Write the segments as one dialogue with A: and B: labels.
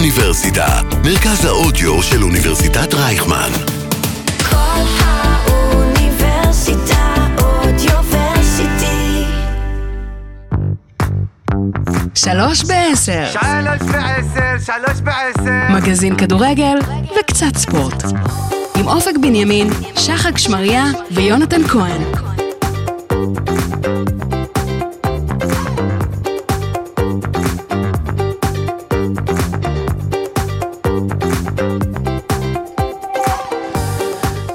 A: האוניברסיטה, מרכז האודיו של אוניברסיטת רייכמן.
B: כל האוניברסיטה אודיוורסיטי.
C: שלוש בעשר,
D: שלוש בעשר, שלוש בעשר.
C: מגזין כדורגל וקצת ספורט. עם אופק בנימין, שחק שמריה ויונתן כהן.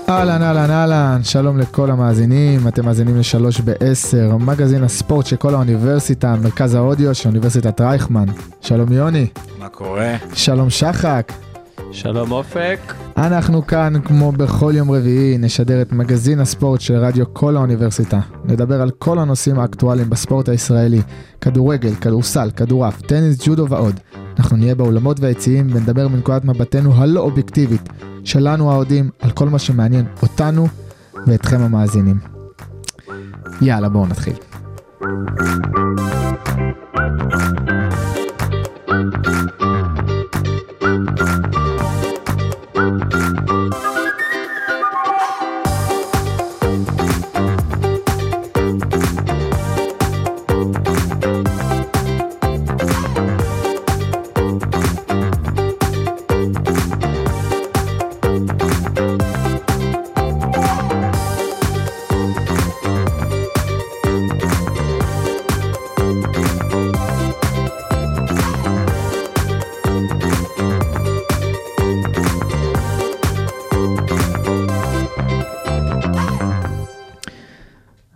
E: אהלן, אהלן, אהלן, שלום לכל המאזינים, אתם מאזינים לשלוש בעשר, מגזין הספורט של כל האוניברסיטה, מרכז האודיו של אוניברסיטת רייכמן. שלום יוני,
F: מה קורה?
E: שלום שחק.
F: שלום אופק.
E: אנחנו כאן, כמו בכל יום רביעי, נשדר את מגזין הספורט של רדיו כל האוניברסיטה. נדבר על כל הנושאים האקטואליים בספורט הישראלי, כדורגל, כדורסל, כדורעף, טניס, ג'ודו ועוד. אנחנו נהיה באולמות והיציעים ונדבר מנקודת מבטנו הלא אובייקטיבית, שלנו האוהדים, על כל מה שמעניין אותנו ואתכם המאזינים. יאללה, בואו נתחיל.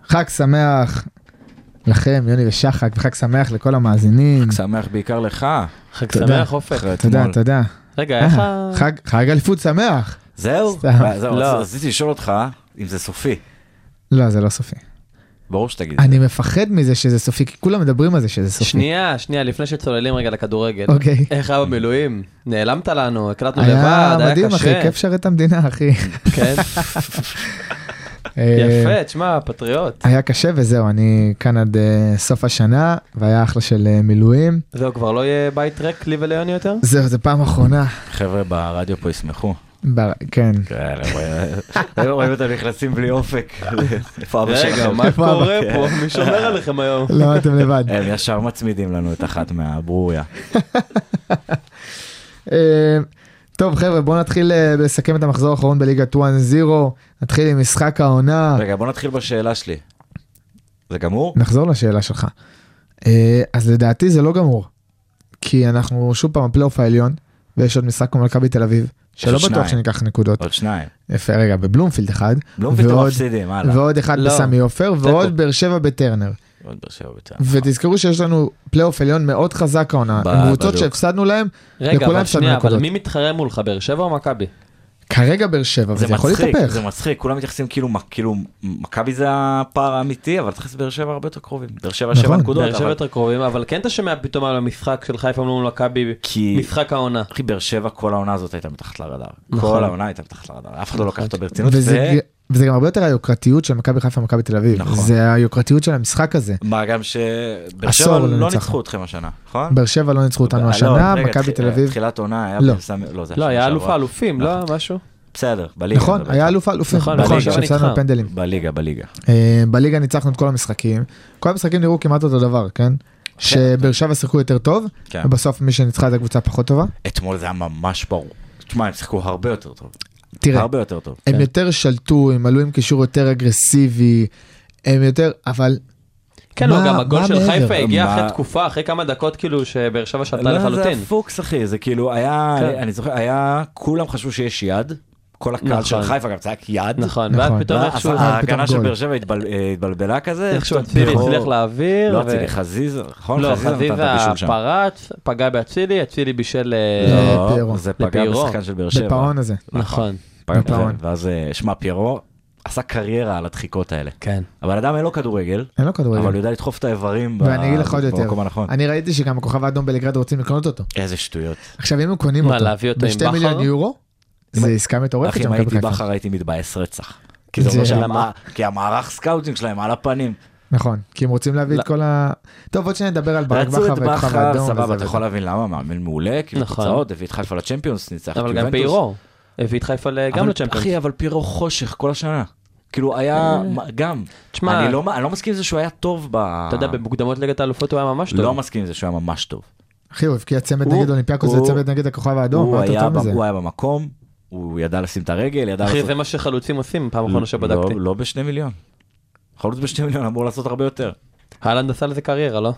E: חג שמח לכם, יוני ושחק, וחג שמח לכל המאזינים.
F: שמח בעיקר לך.
G: חג
E: תודה.
G: שמח אופק.
F: אחרי
E: תודה,
F: אתמול.
E: תודה.
G: רגע, איך ה...
E: אה, חג- חג אליפות שמח.
F: זהו? אה,
E: סתם.
F: זהו,
G: לא.
F: אז רציתי לשאול אותך אם זה סופי.
E: לא, זה לא סופי.
F: ברור שתגיד.
E: אני מפחד מזה שזה סופי, כי כולם מדברים על זה שזה סופי.
G: שנייה, שנייה, לפני שצוללים רגע לכדורגל.
E: אוקיי.
G: איך היה במילואים? נעלמת לנו, הקלטנו לבד,
E: היה
G: היה קשה.
E: מדהים, אחי, כיף שרת המדינה, אחי.
G: כן,
E: אה,
G: יפה, תשמע, פטריוט.
E: היה קשה וזהו, אני כאן עד אה, סוף השנה, והיה אחלה של אה, מילואים.
G: זהו, כבר לא יהיה בית ריק לי וליוני יותר?
E: זהו, זו פעם אחרונה.
F: חבר'ה ברדיו פה ישמחו.
E: בר- כן.
F: כן, הם רואים אותם נכנסים בלי אופק. איפה אבא
G: רגע,
F: שלכם?
G: מה
E: איפה אבא?
F: לא-
G: קורה פה? מי שומר עליכם היום?
E: לא, אתם לבד.
F: הם ישר מצמידים לנו את אחת מהברוריה.
E: אה, טוב, חבר'ה, בואו נתחיל אה, לסכם את המחזור האחרון בליגת 1-0. נתחיל עם משחק העונה.
F: רגע, בוא נתחיל בשאלה שלי. זה גמור?
E: נחזור לשאלה שלך. אה, אז לדעתי זה לא גמור. כי אנחנו שוב פעם הפלייאוף העליון, ויש עוד משחק מול מכבי תל אביב, שלא
F: עוד
E: בטוח
F: שניים.
E: שניקח נקודות.
F: עוד שניים.
E: יפה, רגע, בבלומפילד אחד,
F: בלום פתאום
E: ועוד-
F: מפסידים, הלאה.
E: ועוד אחד
G: לא.
E: בסמי עופר,
G: תיקו.
E: ועוד באר שבע בטרנר.
F: עוד באר שבע בית"ר.
E: ותזכרו שיש לנו פלייאוף עליון מאוד חזק העונה.
F: ב-
E: הקבוצות
F: בדיוק.
E: שהפסדנו להם,
G: רגע,
E: לכולם
G: אבל
E: הפסדנו
G: שנייה, אבל
E: נקודות.
G: מי מתחרה מולך, באר שבע או מכבי?
E: כרגע באר שבע,
F: זה
E: וזה יכול
F: מצחיק, זה
E: להתהפך.
F: מצחיק, כולם מתייחסים כאילו, מ- כאילו מכבי זה הפער האמיתי, אבל תכלס באר שבע הרבה יותר קרובים. באר שבע
E: נכון.
F: שבע נקודות,
G: באר שבע
F: לא, אבל
G: יותר קרובים, אבל כן אתה שומע פתאום על המשחק של חיפה מול מכבי,
F: כי-
G: משחק העונה.
F: אחי, באר שבע כל העונה הזאת הייתה מתחת לרדאר.
G: נכון.
F: כל העונה הייתה מתחת לרדאר, אף אחד לא לקח אותה ברצינות.
E: נכון. וזה
F: ו-
E: ג- וזה גם הרבה יותר היוקרתיות של מכבי חיפה ומכבי תל אביב.
F: נכון.
E: זה היוקרתיות של המשחק הזה.
F: מה גם שבאר
E: עשור לא
F: שבע לא
E: ניצחנו.
F: ניצחו אתכם השנה, נכון?
E: באר שבע לא ניצחו אותנו
F: לא,
E: השנה,
F: רגע,
E: מכבי
F: תח-
E: תל אביב,
F: תחילת עונה היה
E: לא.
F: בסמי, לא, זה
G: לא,
F: השנה
G: היה
F: שעברה. נכון.
G: אלוף האלופים, לא? משהו?
F: בסדר, בליגה.
E: נכון,
F: אבל-
E: היה אלוף האלופים,
G: נכון,
E: נכון,
F: בליגה.
E: שהפסדנו
G: ניצחה.
E: בפנדלים.
F: בליגה, בליגה.
E: אה, בליגה ניצחנו את כל המשחקים, כל המשחקים נראו כמעט אותו דבר, כן? שבאר שבע שיחקו יותר טוב,
F: כן.
E: ובסוף מי שניצחה את הקבוצה פחות טובה.
F: אתמול זה היה ממש ברור. תשמע, הם שיחקו הרבה יותר טוב.
E: תראה,
F: הרבה כן. יותר טוב.
G: כן.
E: הם יותר שלטו, הם עלו עם קישור יותר אגרסיבי, הם יותר, אבל
G: כן, לא,
E: מה-
G: גם הגול
E: מה
G: של
E: מעבר?
G: חיפה הגיע
F: מה-
G: אחרי תקופה, אחרי כמה דקות כאילו שבאר שבע שלטה
F: לא,
G: לחלוטין.
F: זה הפוקס אחי, זה כאילו היה,
G: כן.
F: אני- אני זוכר, היה, כולם חשבו שיש יד, כל הקהל
G: נכון.
F: של חיפה גם צעק יד.
G: נכון,
E: נכון.
G: ואז פתאום
F: ואז
G: איכשהו
E: אה,
F: ההגנה
E: פתאום
F: של
E: גול.
F: באר שבע התבל- אה, התבלבלה כזה,
G: איכשהו
F: פתאום
G: אצילי
F: ברור.
G: הצליח להעביר.
F: אה, לא
G: ו-
F: אצילי, חזיזה, נכון?
G: לא,
F: נתן את הבישול
G: חזיזה
F: שם.
G: פרץ, פגע באצילי, אצילי בישל... אה,
E: לא, לפיירו.
F: לא, זה פגע
G: לפיירו.
F: בשחקן של באר שבע.
E: בפעון הזה.
F: לא,
G: נכון.
F: פגע
E: בפעון.
F: בזה, ואז, אה, שמע, פיירו עשה קריירה על הדחיקות האלה.
G: כן.
F: הבן אדם אין לו כדורגל,
E: אין לו כדורגל.
F: אבל הוא יודע לדחוף את האיברים ב-
E: ואני אגיד לך עוד יותר,
F: במקום הנכון.
E: אני ראיתי שגם הכוכב האדום בלגרד רוצים לקנות אותו.
F: איזה שטויות.
E: עכשיו אם הם קונים
G: מה,
E: אותו,
G: להביא אותו עם
E: בשתי
G: בכר?
E: מיליון יורו, זה עסקה מטורפת
F: אחי,
E: של
F: אם
E: מכבי
F: הייתי
E: חיפה.
F: בכר הייתי מתבאס רצח. כי זה אומר
E: זה-
F: שהמע- כי המערך סקאוטינג שלהם על הפנים.
E: נכון, כי הם רוצים להביא את
G: לא.
E: כל ה... טוב, עוד שניה נדבר על ברק
F: רצו
E: בכר
F: את
E: ואת
F: בכר,
E: חוות דום.
F: סבבה,
E: וזה
F: אתה
E: וזה.
F: יכול להבין למה, מאמן מעולה, כאילו
G: נכון.
F: תוצאות, הביא את חיפה לצ'מפיונס, ניצח את
G: אבל גם
F: יובנטוס.
G: פיירו הביא את חיפה ל- גם לא
F: אבל-
G: לצ'מפיונס.
F: אחי, אבל פירו חושך כל השנה. כאילו
E: אה.
F: היה, מה- גם,
G: תשמע,
F: אני לא- אני לא מסכים עם זה שהוא היה טוב ב...
G: אתה יודע, במוקדמות ליגת האלופות הוא היה ממש
F: לא
G: טוב.
F: מסכים עם זה שהוא היה ממש טוב.
E: אחי, הוא הבקיע צמד
F: הוא-
E: נגד אולימפיאקוס
F: הוא-
E: וצמד נגד הכוכב האדום,
F: הוא
E: מה יותר
F: היה ב-
E: מזה?
F: הוא היה במקום, הוא ידע לשים את הרגל, ידע
G: אחי,
F: לעשות...
G: זה מה שחלוצים עושים, פעם אחרונה שבדקתי.
F: לא, לא בשני מיליון. חלוץ בשני מיליון אמור לעשות הרבה יותר.
G: אהלן עשה לזה קריירה, לא?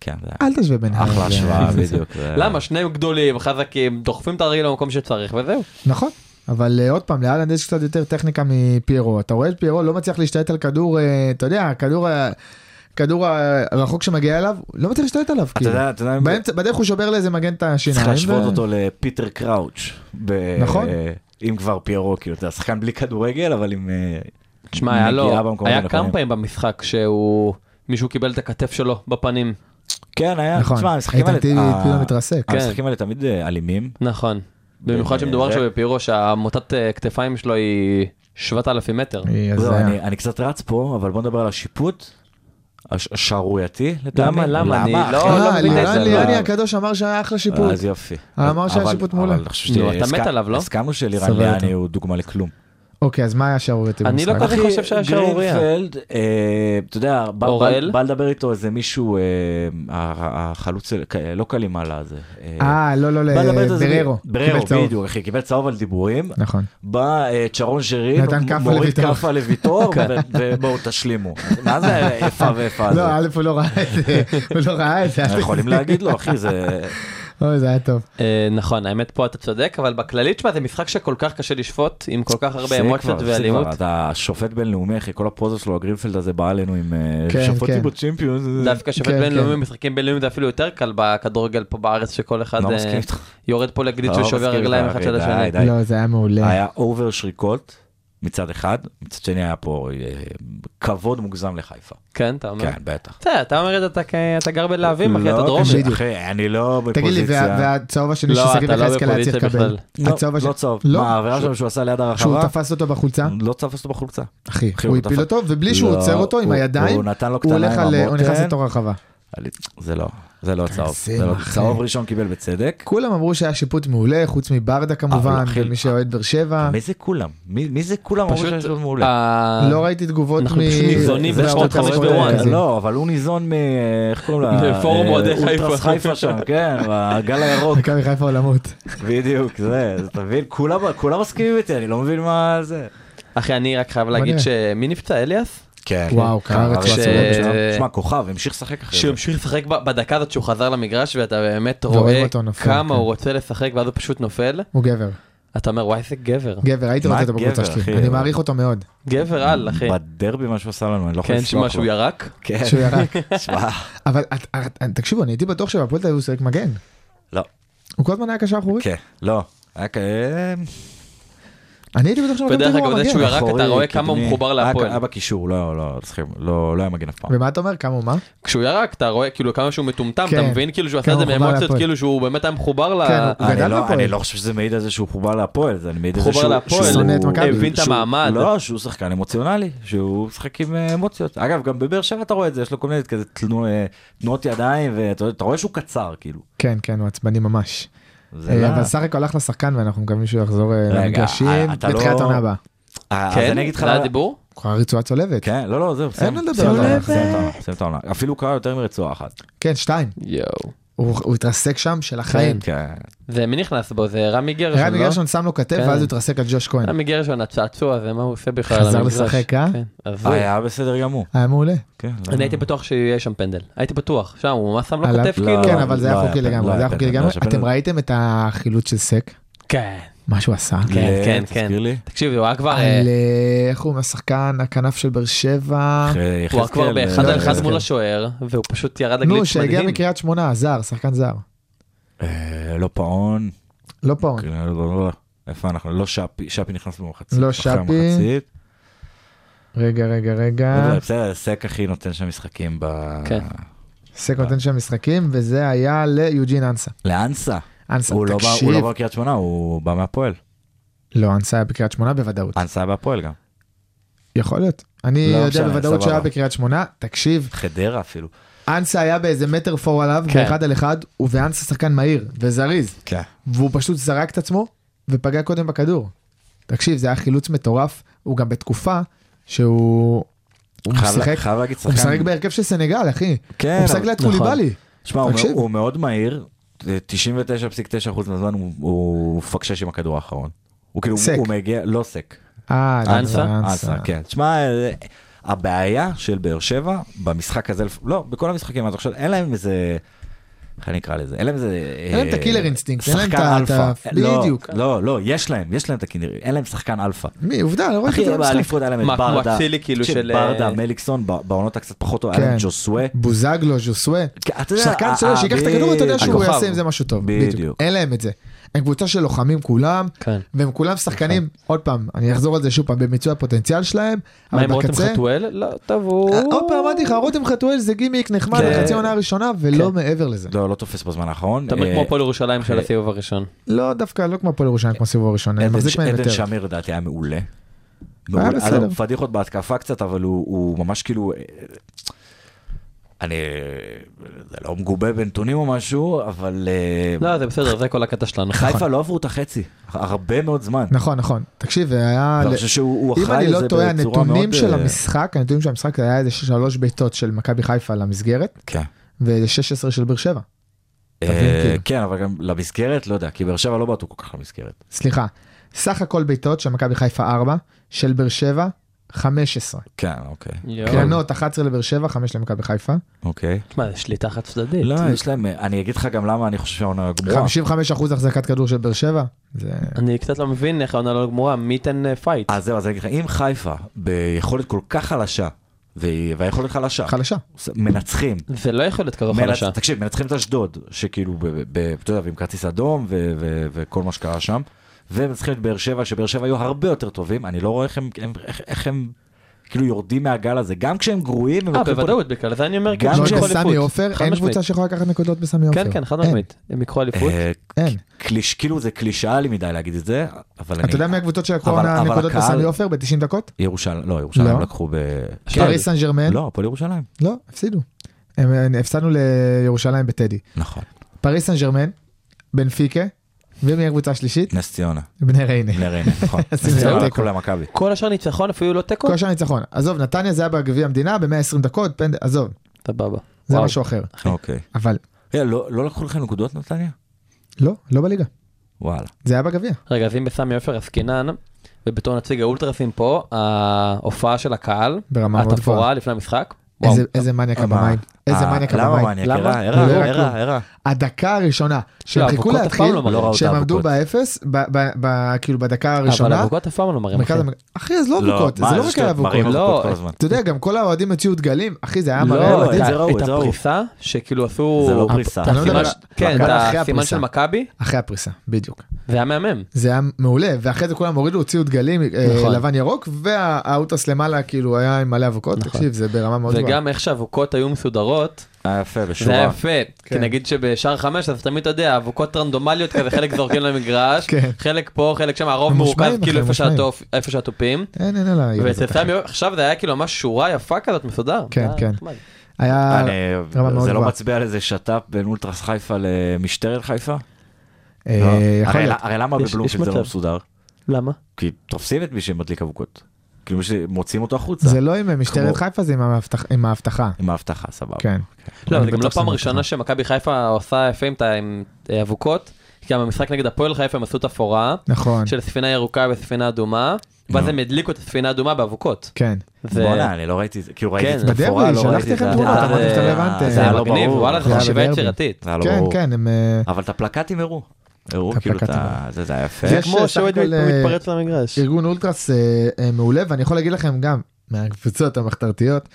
F: כן, זה
E: אל תשווה ביניהם.
F: אחלה
E: זה-
F: השוואה, בדיוק. זה-
G: למה? שניהם גדולים, חזקים, דוחפים את הרגל למקום שצריך, וזהו.
E: נכון, אבל אה, עוד פעם, לאלנד יש קצת יותר טכניקה מפיירו. אתה רואה את פיירו לא מצליח להשתלט על כדור, אה, אתה יודע, הכדור ה- הכדור הרחוק שמגיע אליו, לא מצליח להשתלט עליו.
F: אתה
E: כאילו.
F: יודע, אתה יודע,
E: באמצע- בדרך הוא שובר לאיזה מגן את השיניים.
F: צריך להשוות
E: ו-
F: אותו לפיטר קראוץ'. ב-
E: אה. נכון.
F: אה, אם כבר פיירו, כאילו, אתה שחקן בלי כדורגל, אבל עם... אה,
G: תשמע, היה לו,
F: נגיעה במקומות
G: היה
F: הנכונים.
G: כמה פעמים במשחק שהוא, מישהו קיבל את הכתף שלו בפנים.
F: כן, היה,
E: נכון.
F: תשמע, המשחקים האלה...
E: איתן טיבי
F: ה-
E: פתאום מתרסק.
G: כן.
F: המשחקים האלה תמיד אה, אלימים.
G: נכון. במיוחד שמדובר
F: זה-
G: עכשיו בפירו שהמוטת אה, כתפיים שלו היא 7,000 מטר.
E: היא
F: זהו,
E: הזיה.
F: לא, אני- אני קצת רץ פה, אבל בוא נדבר על השיפוט. הש- השערורייתי לטעמי.
G: למה? למה? אני לא-
F: אחי?
G: לא
E: אה,
G: מבין את
E: לירן
G: זה,
E: ליאני
G: לא.
E: הקדוש אמר שהיה אחלה שיפוט.
F: אז יופי.
E: אה, אמר שהיה
F: אבל-
E: שיפוט מעולה.
F: אבל אני חושב
G: נו, אתה
F: שהסכ-
G: מת עליו, לא?
F: הסכמנו שלירן
E: סבל
F: ליאני
E: אותי.
F: הוא דוגמה לכלום.
E: אוקיי, אז מה היה שערורייתי
G: אני
E: במשחק?
G: לא כל כך חושב שהיה שערורייה.
F: גרינפלד, אה, אתה יודע, בא-
G: אוראל?
F: בא- בא לדבר איתו איזה מישהו, אה, ה- החלוץ, של- כ- לא קלימה על הזה.
E: אה, לא, לא,
F: בא לדבר איתו איזה-
E: לבררו.
F: בררו,
E: קיבל צהוב.
F: בדיוק, אחי, קיבל צהוב על דיבורים.
E: נכון.
F: בא אה, צ'רון שרי,
E: נתן
F: מ-
E: כאפה
F: מוריד
E: לויטור.
F: כאפה לויטור, ו- ובואו תשלימו. מה זה איפה ואיפה הזה?
E: לא, א' הוא לא ראה את זה, הוא לא ראה את זה. אל
F: יכולים
E: תגזים.
F: להגיד לו, אחי, זה...
E: אוי, זה היה טוב.
G: אה, נכון, האמת פה אתה צודק, אבל בכללי, תשמע, זה משחק שכל כך קשה לשפוט, עם כל כך הרבה
F: זה
G: אמוציות
F: כבר, זה
G: ואלימות.
F: כבר, אתה שופט בינלאומי, אחי, כל הפוזות שלו, הגרינפלד הזה בא עלינו עם אה,
E: כן,
F: שפטתי
E: כן.
F: בצ'ימפיונס.
G: דווקא שופט
E: כן,
G: בינלאומי,
E: כן.
G: משחקים בינלאומי זה אפילו יותר קל בכדורגל פה בארץ, שכל אחד
F: לא
G: אה,
F: מסכים איתך.
G: יורד פה לגליד
F: לא
G: ששובר
F: מסכים
G: רגליים
F: איתך, אחי,
G: אחד של
F: די,
G: השני.
F: די.
E: לא, זה היה מעולה.
F: היה אובר שריקות מצד אחד, מצד שני היה פה אה, כבוד מוגזם לחיפה.
G: כן, אתה אומר.
F: כן, בטח.
G: בסדר, אתה אומר את זה, אתה כ- אתה גר בלהבים, אחי, אתה
F: לא,
G: דרומי.
F: קשה, אחי, אני לא
E: תגיד לי, וה-
F: בפוזיציה.
E: והצהוב השני
G: לא,
E: ששגיב
G: אתה לא
E: יחזקאל היה צריך
G: בפוזיציה
E: לקבל.
F: לא,
E: הצהוב השני-
F: לא צהוב.
E: לא,
F: מה, העבירה שלו שהוא עשה ליד
E: שהוא
F: הרחבה?
E: תפס אותו בחולצה.
F: לא תפס אותו בחולצה.
E: אחי,
F: אחי,
E: הוא
F: הוא
E: הפיל
F: דפק-
E: אותו, ובלי שהוא
F: לא,
E: עוצר אותו עם
F: הוא-
E: הידיים,
F: הוא נתן לו
E: הוא
F: קטנה
E: הולך
F: עם
E: על- הוא נכנס
F: הבוטן.
E: לתוך הרחבה.
F: זה לא, זה לא הצהוב.
E: תגזים,
F: זה לא-
E: אחי.
F: צהוב ראשון קיבל בצדק.
E: כולם אמרו שהיה שיפוט מעולה, חוץ מברדה
F: אה,
E: כמובן,
F: אחי,
E: ומי שאוהד באר שבע.
F: מי זה כולם? מי מי זה כולם? אמרו
G: פשוט,
F: שיש לו מעולה.
G: אה,
E: לא ראיתי תגובות מ...
G: אנחנו פשוט ניזונים
E: זה כן.
G: בערוץ
E: הערוץ
G: חמש
E: המרכזי.
G: בוואן,
F: לא, אבל הוא ניזון מ... איך קוראים לה?
G: מפורום
F: אה,
G: אוהדי
F: אולטרס
G: חיפה.
F: חיפה שם, כן, הגל הירוק.
E: מכבי חיפה עולמות.
F: בדיוק, זה, אז אתה מבין? כולם כולם מסכימים איתי, אני לא מבין מה זה.
G: אחי, אני רק חייב להגיד שמי נפצע? אליאס?
F: כן.
E: וואו, קרה רצועה
G: ש-
E: צהובה בשלב.
G: אה,
F: שמע, כוכב, המשיך לשחק אחרי
G: שהוא
F: זה.
G: המשיך לשחק ב- בדקה הזאת שהוא חזר למגרש, ואתה באמת
E: ורואים
G: רואה
E: אותו נופל,
G: כמה
E: כן.
G: הוא רוצה לשחק, ואז הוא פשוט נופל.
E: הוא גבר.
G: אתה אומר, וואי, איזה גבר.
E: גבר, הייתי
F: מה
E: רוצה אותו
F: גבר,
E: בקבוצה
F: אחי?
E: שלי. אני מעריך אותו מאוד.
G: גבר על, אחי.
F: בדרבי מה שהוא עשה לנו, אני לא יכול
G: כן,
F: לסלוח
G: שמה
F: לו.
G: שהוא ירק?
F: כן,
E: שהוא ירק.
F: שמע,
E: אבל את- את- את- תקשיבו, אני הייתי בטוח שבהפועל תל אביב הוא שיחק מגן.
F: לא,
E: הוא כל הזמן היה קשר אחורי.
F: כן, לא. היה אה, כאלה...
E: אני הייתי בטוח שהוא
G: ודרך
E: נותן
G: אגב,
E: תגובה
G: זה שהוא
E: מגן.
G: ירק, אתה רואה כמה הוא מחובר להפועל.
F: היה בקישור, לא, לא, צריכים, לא, לא היה מגן אף פעם.
E: ומה אתה אומר? כמה הוא מה?
G: כשהוא ירק, אתה רואה כאילו כמה שהוא מטומטם,
E: כן.
G: אתה מבין כאילו שהוא
E: כן,
G: עשה את זה
E: הוא מחובר
G: מאמוציות,
E: להפועל.
G: כאילו שהוא באמת היה מחובר ל...
E: כן, הוא- גדל
F: אני לא,
E: בהפועל.
F: אני לא חושב שזה מעיד על זה שהוא חובר להפועל, זה מעיד על זה
G: חובר
F: שהוא...
G: להפועל,
F: שהוא-
E: שונא את מכבי.
G: הבין את
F: שהוא-
G: המעמד.
F: לא, שהוא שחקן אמוציונלי, שהוא משחק עם אה, אמוציות. אגב, גם בבאר שבע אתה רואה את זה, יש לו כל מיני כזה תלנו- אה, תנועות ידיים, ואתה יודע, אתה רואה שהוא קצר, כאילו.
E: כן, כן, הוא עצבני ממש.
F: זה לא-
E: אה, אבל סך הכל הלך לשחקן ואנחנו מקווים שהוא יחזור אה,
F: רגע,
E: למגרשים
F: אה, אתה לא-
E: בתחילת העונה הבאה.
F: אה, אז אני
G: כן,
F: אגיד לך...
G: זה הדיבור?
E: הוא קרא רצועה צולבת.
F: כן, לא, לא, זהו, סיים.
E: מה לדבר
F: סיים את
E: עליו.
F: העונה, סיים את העונה, סיים את העונה. אפילו קרה יותר מרצועה אחת.
E: כן, שתיים.
G: יואו.
E: הוא הוא התרסק שם של החיים.
F: כן.
G: זה מי נכנס בו? זה רמי גרשון, לא?
E: רמי גרשון שם לו כתף
G: כן.
E: ואז הוא התרסק על ג'וש
F: לא.
E: כהן.
G: רמי גרשון, הצעצוע הזה, מה הוא עושה בכלל?
E: חזר
G: על המגרש?
E: לשחק, אה?
G: כן, הזוי.
F: היה בסדר גמור.
E: היה מעולה.
F: כן, לא-
G: אני הייתי בטוח שיהיה שם פנדל. הייתי בטוח. שם, הוא ממש שם לו
E: עליו-
G: כתף
F: לא.
G: כאילו.
E: כן, אבל זה
F: לא
E: היה
F: היה
E: חוקי
F: פנדל, לא
E: לגמרי. זה היה
F: היה
E: חוקי
F: פנדל,
E: לגמרי.
F: לא היה
E: אתם
F: פנדל.
E: ראיתם את החילוץ של סק?
G: כן.
E: מה שהוא עשה?
G: כן, כן, כן.
F: תזכיר לי.
G: תקשיב, הוא היה כבר... אה,
E: על אה, איך הוא השחקן הכנף של באר שבע.
F: אחרי
G: הוא היה כבר
F: יחזקאל,
G: באחד
F: אה,
G: על אחד
E: כן.
G: מול השוער, והוא פשוט ירד לגליץ' מדהים.
E: נו, שהגיע מקריית שמונה, זר, שחקן זר.
F: אה, לא פאון.
E: לא פאון.
F: כן, לא, לא, לא. איפה אנחנו? לא שפי, שפי נכנס במחצית.
E: לא
F: אחרי
E: שפי.
F: המחצית.
E: רגע, רגע,
F: לא
E: רגע.
F: יודע, בסדר, סק אחי נותן שם משחקים ב...
G: כן.
F: אה.
E: סק נותן שם משחקים, וזה היה ליוג'ין אנסה.
F: לאנסה.
E: אנסה,
F: הוא לא בא- הוא
E: תקשיב.
F: לא בא בקריית שמונה, הוא בא מהפועל.
E: לא, אנסה היה בקריית שמונה בוודאות.
F: אנסה היה בהפועל גם.
E: יכול להיות. אני
F: לא
E: יודע
F: משנה,
E: בוודאות
F: סבבה.
E: שהיה בקריית שמונה, תקשיב,
F: חדרה אפילו.
E: אנסה היה באיזה מטר פור עליו,
G: כן.
E: באחד על אחד, ואנסה שחקן מהיר וזריז,
F: כן.
E: והוא פשוט זרק את עצמו ופגע קודם בכדור. תקשיב, זה היה חילוץ מטורף, הוא גם בתקופה שהוא... הוא משחק,
F: חייב להגיד
E: הוא
F: שחקן.
E: משחק בהרכב של סנגל, אחי.
F: כן,
E: הוא משחק
F: אבל-
E: ליד
F: נכון.
E: קוליבאלי.
F: שמע, הוא,
E: תקשיב.
F: הוא מאוד מהיר, 99.9% מהזמן הוא, הוא פקשש עם הכדור האחרון. הוא כאילו,
E: סק.
F: הוא מגיע, לא סק.
E: אה,
G: אנסה?
E: אנסה, אנסה.
F: אנסה, כן. תשמע, אה, הבעיה של באר שבע, במשחק הזה, לפ- לא, בכל המשחקים עד עכשיו, אין להם איזה... איך אני אקרא לזה? אין להם איזה...
E: אין להם את
F: אה,
E: הקילר אינסטינקט, אין להם את
F: שחקן
E: ה- את ה-
F: אלפא. לא,
E: בדיוק.
F: לא, לא, יש להם, יש להם את הקילר, אין להם שחקן אלפא.
E: מי, עובדה, לא ראיתי
F: אחי,
E: את זה במשחק.
F: באליפות היה להם
G: מה,
F: את
G: כמו
F: ברדה,
G: אצילי כאילו
F: תקשיב,
G: של,
F: ברדה,
G: אה,
F: מליקסון, ב- בעונות הקצת פחות, היה להם
E: כן.
F: ג'וסווה. אה,
E: בוזגלו, ז'וסווה.
F: אתה יודע,
E: שחקן
F: ה-
E: שלו
F: ה-
E: שיקח את הכדור, אתה יודע
F: ב-
E: שהוא
G: הכוכב.
E: יעשה עם זה משהו טוב.
F: בדיוק.
E: אין להם את זה. הם קבוצה של לוחמים כולם,
G: כן.
E: והם כולם שחקנים,
F: נכון.
E: עוד פעם, אני אחזור על זה שוב פעם, במיצוי הפוטנציאל שלהם,
G: מה
E: אבל
G: עם רותם
E: בקצה...
G: חתואל? לא, טוב, הוא...
E: אה, עוד פעם אמרתי לך, רותם חתואל זה גימיק נחמד
G: כן.
E: לחצי עונה הראשונה, ולא מעבר לזה.
F: לא, לא תופס בזמן האחרון.
G: אתה אומר
F: אה,
G: כמו הפועל ירושלים של
F: אה,
G: הסיבוב הראשון.
E: לא דווקא, לא כמו הפועל ירושלים, כמו סיבוב ראשון, אני
F: עדן-
E: מחזיק מהם
F: עדן
E: יותר. אה,
F: שמיר לדעתי היה מעולה. מעולה. אז
E: בסדר.
F: הוא פדיחות בהתקפה קצת, אבל הוא- הוא ממש כאילו... אה, אני... זה לא מגובה בנתונים או משהו, אבל... אה,
G: לא, זה בסדר, זה כל הקטע שלנו.
F: חיפה לא עברו את החצי, הרבה מאוד זמן.
E: נכון, נכון. תקשיב, היה...
F: ואני
E: ל-
F: חושב שהוא הוא
E: אם
F: אחראי
E: אני לא
F: לזה
E: טועה,
F: בצורה מאוד...
E: הנתונים של
F: אה,
E: המשחק, הנתונים של המשחק היה איזה שלוש בעיטות של מכבי חיפה למסגרת,
F: כן.
E: ו-16 של באר שבע.
F: אה,
E: תבין, כאילו.
F: כן, אבל גם למסגרת, לא יודע, כי באר שבע לא בעטו כל כך למסגרת.
E: סליחה, סך הכל בעיטות של מכבי חיפה 4, של באר שבע 15.
F: כן, אוקיי.
G: יואו.
E: קרנות 11 לבאר שבע, 5 למכבי חיפה.
F: אוקיי.
G: מה, זה שליטה חד צדדית.
F: לא,
E: כן.
F: יש להם... אני אגיד לך גם למה אני חושב שהעונה גמורה.
E: 55% החזקת כדור של באר שבע. זה...
G: אני קצת לא מבין איך העונה לא גמורה, מיטן פייט.
F: אז זהו, אז אני אגיד לך, אם חיפה ביכולת כל כך חלשה, והיא- והיכולת חלשה,
E: חלשה.
F: מנצחים.
G: זה לא יכול להיות כזו
F: מנצ-
G: חלשה.
F: תקשיב, מנצחים את אשדוד, שכאילו, ב- ב- ב- אתה יודע, ועם כרטיס אדום ו- ו- וכל מה שקרה שם, ומנצחים את באר שבע, שבאר שבע היו הרבה יותר טובים, אני לא רואה איך הם- הם- איך- איך הם כאילו יורדים מהגל הזה, גם כשהם גרועים, הם
G: אה,
F: לוקחים פה-
G: בוודאות, בגלל זה אני אומר,
F: גם
G: שהם
E: לא,
G: ייקחו
E: בסמי
G: אליפות.
E: עופר,
G: חד
E: אין
G: משמעית.
E: קבוצה שיכולה לקחת נקודות בסמי עופר.
G: כן, כן, חד
E: אין.
G: משמעית. הם ייקחו אליפות.
F: אה,
E: אין.
F: קליש- כאילו זה קלישאה לי מדי להגיד את זה, אבל אני...
E: אתה יודע מי הקבוצות שלקחו
F: אבל-
E: עונה
F: אבל
E: נקודות
F: הקהל-
E: בסמי עופר ב-90 דקות?
F: ירושלים, לא, ירושלים
E: לא.
F: לקחו ב...
E: פריס סן
F: כן.
E: ג'רמן?
F: לא, הפועל ירושלים.
E: לא, הפסידו. הם- הם- הפסדנו לירושלים בטדי.
F: נכון.
E: פריס סן ג'רמן, בנפיקה, ומי הקבוצה השלישית?
F: נס ציונה.
E: בני ריינה.
F: נראה, נכון.
E: עשינו
F: נס ציונה
E: תיקו.
F: לקחו למכבי.
G: כל השאר ניצחון, אפילו לא תיקו.
E: כושר ניצחון. עזוב, נתניה זה היה בגביע המדינה ב-120 דקות, פנד... עזוב,
G: סבבה.
E: זה
G: וואו.
E: משהו אחר.
F: אוקיי.
E: אבל
F: אה, לא לא לקחו לכם נקודות נתניה?
E: לא, לא בליגה.
F: וואלה.
E: זה היה בגביע.
G: רגע, אז אם בסמי עופר עסקינן, ובתור נציג האולטרסים פה, ההופעה של הקהל,
E: ברמה מאוד גבוהה.
G: התפאורה לפני המשחק, וואו.
E: איזה, איזה מניאק הבמאי. איזה
F: אה,
E: מניאק
F: למה
E: הבמאי.
F: מניאק?
G: למה?
F: הרע,
E: לא
F: הרע,
E: ראו
F: הרע, הרע.
E: הדקה הראשונה, שהם חיכו
G: האבוקות אף פעם
E: להתחיל,
G: לא מראים.
F: לא ראו את
E: שהם עמדו
F: האבוקות.
E: באפס, ב- ב- ב- כאילו בדקה
G: אבל
E: הראשונה.
G: אבוקות אף פעם לא מראים.
E: מרכז
G: אחי.
E: המג- אחי, אז לא
F: לא,
E: אבוקות, זה
F: מה,
E: לא
F: זה
E: רק
F: שטויות,
E: היה אבוקות.
F: מראים אבוקות
G: לא,
F: כל הזמן.
E: אתה יודע, גם כל האוהדים הוציאו דגלים, אחי, זה היה מראה
G: לא,
F: את
E: אוהדים.
F: זה ראו, את
G: את
F: זה ראו.
G: הפריסה, שכאילו עשו...
F: זה לא פריסה.
E: אתה לא מדבר
G: הסימן
E: על-
G: ש- כן,
E: אבל אחרי
G: את הסימן
E: הפריסה.
G: של מכבי,
E: אחרי הפריסה, בדיוק.
G: זה היה מהמם.
E: זה היה מעולה, ואחרי זה כולם הורידו, הוציאו דגלים אה,
G: נכון.
E: לבן ירוק, והאוטס למעלה כאילו היה עם מלא אבוקות,
G: נכון.
E: תקשיב, זה ברמה מאוד גבוהה.
G: וגם איך שהאבוקות היו מסודרות,
F: היה יפה,
G: זה היה
F: בשורה.
G: אה, יפה. כי
E: כן.
G: נגיד שבשער חמש, אז תמיד אתה יודע, אבוקות רנדומליות כזה, חלק זורקים למגרש,
E: כן.
G: חלק פה, חלק שם, הרוב
E: הם
G: מורכב
E: מושמעים,
G: כאילו
E: אחי,
G: איפה
E: מושמעים.
G: שהתופ- איפה שהתופים.
E: אין, אין, אין, אין.
G: ואצל סמי, עכשיו זה היה כאילו ממש שורה יפה כזאת, מסודר.
E: כן,
G: זה היה
E: כן.
G: נחמד.
E: היה...
F: אה,
G: אה,
E: אה,
F: אני-
E: רמה מאוד
F: זה לא
E: גבוהה.
F: מצביע על איזה שת"פ בין אולטרס חיפה למשטרת חיפה?
E: אה,
F: לא.
E: יכול
F: הרי-
E: להיות.
F: הרי למה
G: יש-
F: בבלומפילד
G: יש
F: זה לא
G: מצב.
F: מסודר?
G: למה?
F: כי תופסים את מי שמדליק אבוקות. כאילו מי שמוציאים אותו החוצה.
E: זה לא
G: אה,
E: עם
F: כמו-
E: משטרת חיפה, זה עם האבטח- עם האבטחה.
F: עם ההבטחה, סבבה.
E: כן.
G: לא,
E: אני
G: זה גם לא
E: בטוח
G: פעם
E: שזה
G: ראשונה
E: מטרה.
G: שמכבי חיפה עושה יפה עם ת- עם אה, אבוקות. כי גם במשחק נגד הפועל חיפה הם עשו את הפורעה
E: נכון.
G: של ספינה ירוקה וספינה אדומה, ואז
F: נו.
G: הם הדליקו את הספינה האדומה באבוקות.
E: כן.
G: זה-
F: בואנה, אני לא ראיתי את זה, כאילו ראיתי
G: כן.
F: את התפאורה,
E: בדרבי,
F: לא
E: שלחתי
F: ראיתי את
E: לכם
F: ה-
E: תמונות,
F: אה,
E: אמרתי שאתם לא
F: זה-
E: הבנתם.
F: זה היה
G: זה
F: לא
G: מגניב,
F: ברור.
G: וואלה,
E: זה
G: זו
E: היה
G: חשיבה
E: בדרבי.
G: יצירתית.
F: זה היה לא
E: כן,
F: ברור.
E: כן, הם... אה,
F: אבל את הפלקטים הראו. הראו
E: את
F: כאילו את ה...
E: הפלקטים.
F: זה זה היה יפה.
E: זה
G: זה
E: יש
G: כמו
E: שסך
G: שאוהד
E: הכל, אה,
G: מתפרץ למגרש.
E: ארגון אולטרס אה, אה, מעולה, ואני יכול להגיד לכם גם, מהקבוצות המחתרתיות,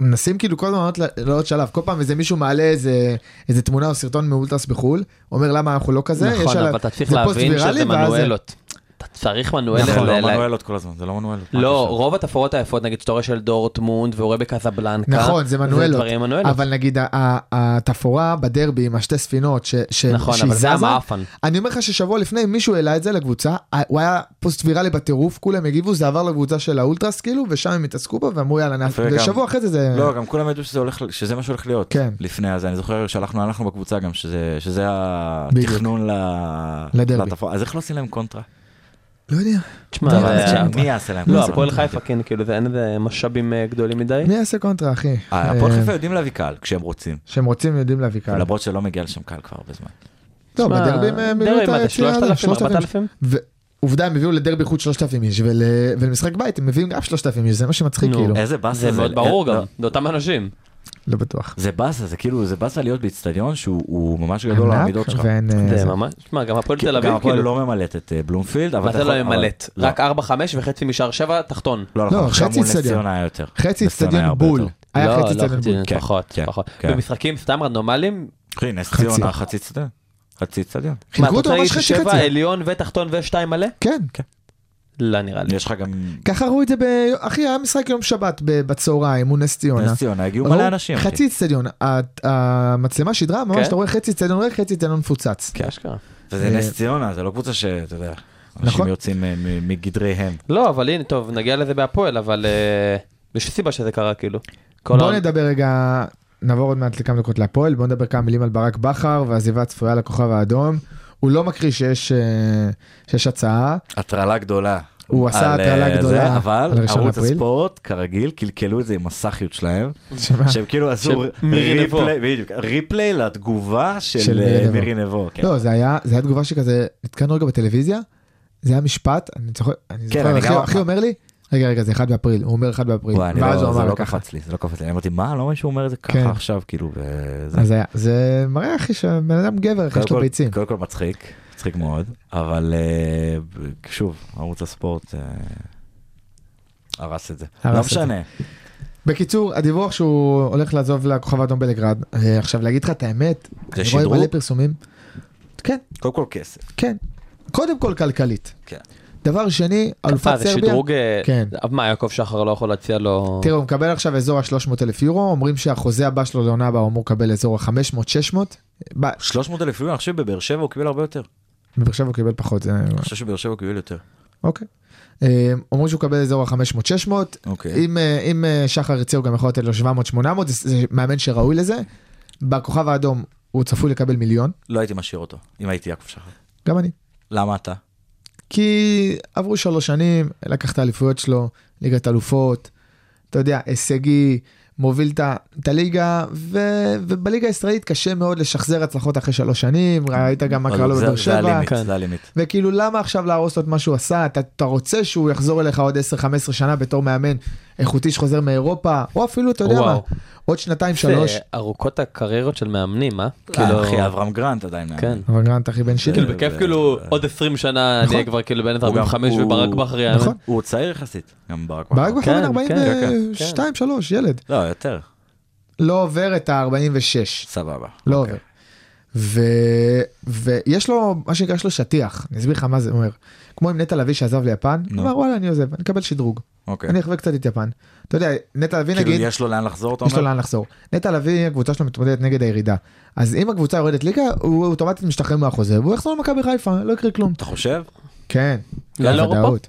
E: מנסים כאילו כל הזמן לעלות ל- לעוד שלב, כל פעם איזה מישהו מעלה איזה, איזה תמונה או סרטון מאולטרס בחו"ל, אומר למה אנחנו לא כזה, יש
G: נכון,
E: עליו-
G: אבל אתה צריך
E: זה פוסט
G: להבין
E: ויראלי,
G: שזה לא-
E: ואז-
G: מנואלות. אתה צריך מנואל.
F: נכון, לא
G: ל- ל-
F: מנואלות כל הזמן, זה לא מנואלות.
G: לא, רוב התפאורות היפות, נגיד שאתה רואה של דורטמונד ורואה בקזבלנקה.
E: נכון, זה מנואלות.
G: זה דברים מנואלות.
E: אבל נגיד ה- ה- התפאורה בדרבי עם השתי ספינות ש- ש-
G: נכון,
E: שהיא
G: אבל זה
E: זזה,
G: המאפן.
E: אני אומר לך ששבוע לפני מישהו העלה את זה לקבוצה, ה- הוא היה פוסט ויראלי בטירוף, כולם הגיבו, זה עבר לקבוצה של האולטרס כאילו, ושם הם התעסקו בה ואמרו יאללה, נעשה,
F: וגם-
E: ושבוע אחרי זה זה...
F: לא, גם כולם ידעו שזה הולך, שזה מה שהולך להיות.
E: כן.
F: לפני הזה, אני זוכר שאנחנו הלכנו בקבוצה גם, שזה שזה
E: בדיוק.
F: התכנון ל-
E: לדרבי.
F: לתפאורה. אז איך לא עושים להם קונטרה? אה,
E: לא יודע,
G: תשמע,
E: טוב,
G: אבל-
E: אז שם.
F: מי יעשה להם
G: אה, לא,
F: קונטרה?
G: הפועל חיפה כן, כאילו זה אין איזה משאבים אה, גדולים מדי.
E: מי יעשה קונטרה אחי?
F: אה, הפועל
E: אה,
F: חיפה יודעים להביא קהל כשהם רוצים,
E: שהם רוצים יודעים להביא קהל.
F: למרות שלא מגיע לשם קהל כבר הרבה זמן.
E: טוב,
G: תשמע,
E: בדרבים הם מילאו
G: דרבי,
E: את
G: מה זה,
E: היציאה הזאת,
G: 3,000,
E: 3,000.
G: 4,000?
E: ועובדה, הם הביאו לדרבי חוץ 3,000 איש, ול- ולמשחק בית הם מביאים גם 3,000 איש, זה מה שמצחיק
G: נו.
E: כאילו,
F: איזה באסה.
G: זה מאוד ברור
F: אה,
G: גם,
F: לא,
G: זה אותם אנשים.
E: לא בטוח.
F: זה באסה, זה כאילו, זה באסה להיות באיצטדיון שהוא הוא ממש גדול על
E: ענק,
F: המידות שלך.
E: ואין... אה,
G: זה
E: זה.
G: ממש, תשמע, גם הפועל תל
F: גם
G: אביב,
F: הפועל
G: כאילו.
F: לא ממלאת את אה, בלומפילד, אבל...
G: מה
F: אתה
G: זה לא
F: יכול- אבל-
G: ממלט?
F: לא.
G: רק 4-5 וחצי משאר 7 תחתון.
F: לא,
E: לא,
F: נכון, עכשיו
E: חצי
F: מול נס
E: אצטדיון.
F: ציונה היה יותר. נס
E: חצי
F: ציונה היה
E: אצטדיון
F: הרבה
E: בול,
F: יותר.
E: היה
G: לא,
E: חצי
G: לא,
E: אצטדיון בול.
G: חצי,
F: כן,
G: פחות,
F: כן,
G: פחות.
F: כן.
G: במשחקים סתם רנדומליים,
F: אחי, נס
E: חצי.
F: ציונה, חצי אצטדיון. חצי אצטדיון.
G: מה, אתה
E: חילקו אותו
G: רוצה להגיד
E: ממש חצי
G: ששבע
E: חצי.
G: עליון ותחתון ושתיים מלא?
E: כן,
G: לא נראה לי.
F: יש לך גם...
E: ככה ראו את זה ב... אחי, היה משחק יום שבת ב- בצהריים, מול נס ציונה.
F: נס ציונה, הגיעו
E: ראו
F: מלא אנשים. אחי.
E: חצי אצטדיון, ה- המצלמה שידרה, ממש
G: כן?
E: אתה רואה חצי אצטדיון ריק, חצי אצטדיון מפוצץ.
G: כן, אשכרה.
F: וזה נס ציונה, זה לא קבוצה שאתה יודע, אנשים
E: אה, נכון.
F: יוצאים אה, מ- מגדריהם.
G: לא, אבל הנה, טוב, נגיע לזה בהפועל, אבל אה, יש סיבה שזה קרה, כאילו. כל
E: בואו
G: ה-
E: נדבר רגע, נעבור עוד מעט לכמה דקות להפועל, בואו נדבר כמה מילים על ברק בכר והעזיבה הצפויה לכוכב האדום. הוא לא מקריא שיש, אה, שיש הצעה,
F: הטרלה גדולה.
E: הוא עשה
F: על,
E: הטרלה
F: אה,
E: גדולה
F: זה, אבל
E: על ראשון
F: ערוץ
E: אפריל.
F: הספורט, כרגיל, קלקלו את זה עם הסאחיות שלהם.
E: שמה?
F: שהם כאילו עשו
G: של מירי נבו.
F: ריפליי- בדיוק, ריפליי לתגובה
E: של
F: של
E: מירי
F: אה,
E: נבו.
F: מירי נבו. כן.
E: לא, זה היה, זה היה תגובה שכזה, נתקענו רגע בטלוויזיה, זה היה משפט, אני זוכר, אני
F: כן,
E: זוכר,
F: אני
E: אחי-
F: גם-
E: אחי אומר לי, רגע, רגע, זה 1 באפריל, הוא אומר 1 באפריל,
F: וואי, אני
E: ואז
F: לא-
E: הוא
F: זה
E: אמר
F: לא
E: ככה.
F: קפץ לי, זה לא קפץ לי. אני אמרתי, מה, למה שהוא אומר את זה
E: כן.
F: ככה עכשיו, כאילו, וזה...
E: אז היה, זה מראה אחי שבן אדם גבר, אחי,
F: קודם
E: יש לו
F: כל-
E: ביצים.
F: קודם כל מצחיק, מצחיק מאוד, אבל אה, ב- שוב, ערוץ הספורט אה, הרס את זה.
E: הרס
F: לא
E: את זה.
F: משנה,
E: בקיצור, הדיווח שהוא הולך לעזוב לכוכב האדום בלגרד, אה, עכשיו להגיד לך את האמת, אני רואה
F: שדרוג?
E: מלא פרסומים. כן,
F: קודם כל כסף.
E: כן. קודם כל כלכלית.
F: כן.
E: דבר שני, אלופת
G: אה, זה
E: סרביה.
G: שדרוג... אה,
E: כן.
G: אבל מה, יעקב שחר לא יכול להציע לו...
E: תראה, הוא מקבל עכשיו אזור ה-300 אלף יורו, אומרים שהחוזה הבא שלו לעונה הבאה הוא אמור לקבל אזור ה-500-600.
F: 300 אלף יורו, אני חושב שבבאר שבע הוא קיבל הרבה יותר. אני
E: מבאר שבע הוא קיבל פחות, זה-
F: חושב שבבאר שבע הוא קיבל יותר.
E: אוקיי. אה, אומרים שהוא קיבל אזור ה-500-600.
F: אוקיי.
E: אם, אה, אם אה, שחר ירצה הוא גם יכול לתת לו 700-800, זה- זה מאמן שראוי לזה. בכוכב האדום הוא צפוי לקבל מיליון,
F: לא הייתי משאיר אותו, אם הייתי יעקב שחר.
E: גם אני.
F: למה אתה?
E: כי עברו שלוש שנים, לקח את האליפויות שלו, ליגת אלופות, אתה יודע, הישגי, מוביל את ה- את הליגה, ו, ובליגה הישראלית קשה מאוד לשחזר הצלחות אחרי שלוש שנים, ראית גם מה
F: אבל
E: קרה לו
F: זה-
E: בבאר
F: זה
E: שבע, אה.
F: הלימיט, זה הלימיט.
E: וכאילו למה עכשיו להרוס לו את מה שהוא עשה, אתה, אתה רוצה שהוא יחזור אליך עוד 10-15 שנה בתור מאמן איכותי שחוזר מאירופה, או אפילו, אתה יודע
G: וואו.
E: מה, עוד שנתיים שלוש.
G: זה ארוכות הקריירות של מאמנים, אה?
F: אה,
G: כאילו...
F: אחי, אברהם גרנט עדיין. מאמן.
G: כן.
E: אבל גרנט אחי בן שלי,
G: כאילו בכיף
F: זה-
G: כאילו עוד 20 שנה
E: נכון.
G: נהיה כבר כאילו בן
F: הוא גם-
G: 45
F: הוא-
G: וברק בכר יאמן.
E: נכון.
F: הוא עוד צעיר יחסית, גם ברק בכר.
E: ברק בכר בן
G: כן, כן, כן.
E: 42-3, ילד,
F: לא, יותר,
E: לא עובר את ה-46.
F: סבבה.
E: לא
F: אוקיי.
E: עובר. ו... ויש לו, מה שנקרא, יש לו שטיח, אני אסביר לך מה זה אומר. כמו עם נטע לביא שעזב ליפן,
F: נו.
E: אמר וואלה אני עוזב, אני אקבל שדרוג,
F: אוקיי.
E: אני אחווה קצת את יפן. אתה יודע, נטע לביא
F: כאילו
E: נגיד,
F: יש לו לאן לחזור, אתה
E: יש לו
F: אומר?
E: לאן לחזור. נטע לביא, הקבוצה שלו מתמודדת נגד הירידה. אז אם הקבוצה יורדת ליגה, הוא אוטומטית משתחרר מהחוזה, והוא יחזור למכבי חיפה, לא יקרה כלום.
F: אתה חושב?
E: כן,
G: לאן, לאירופה?
E: בוודאות.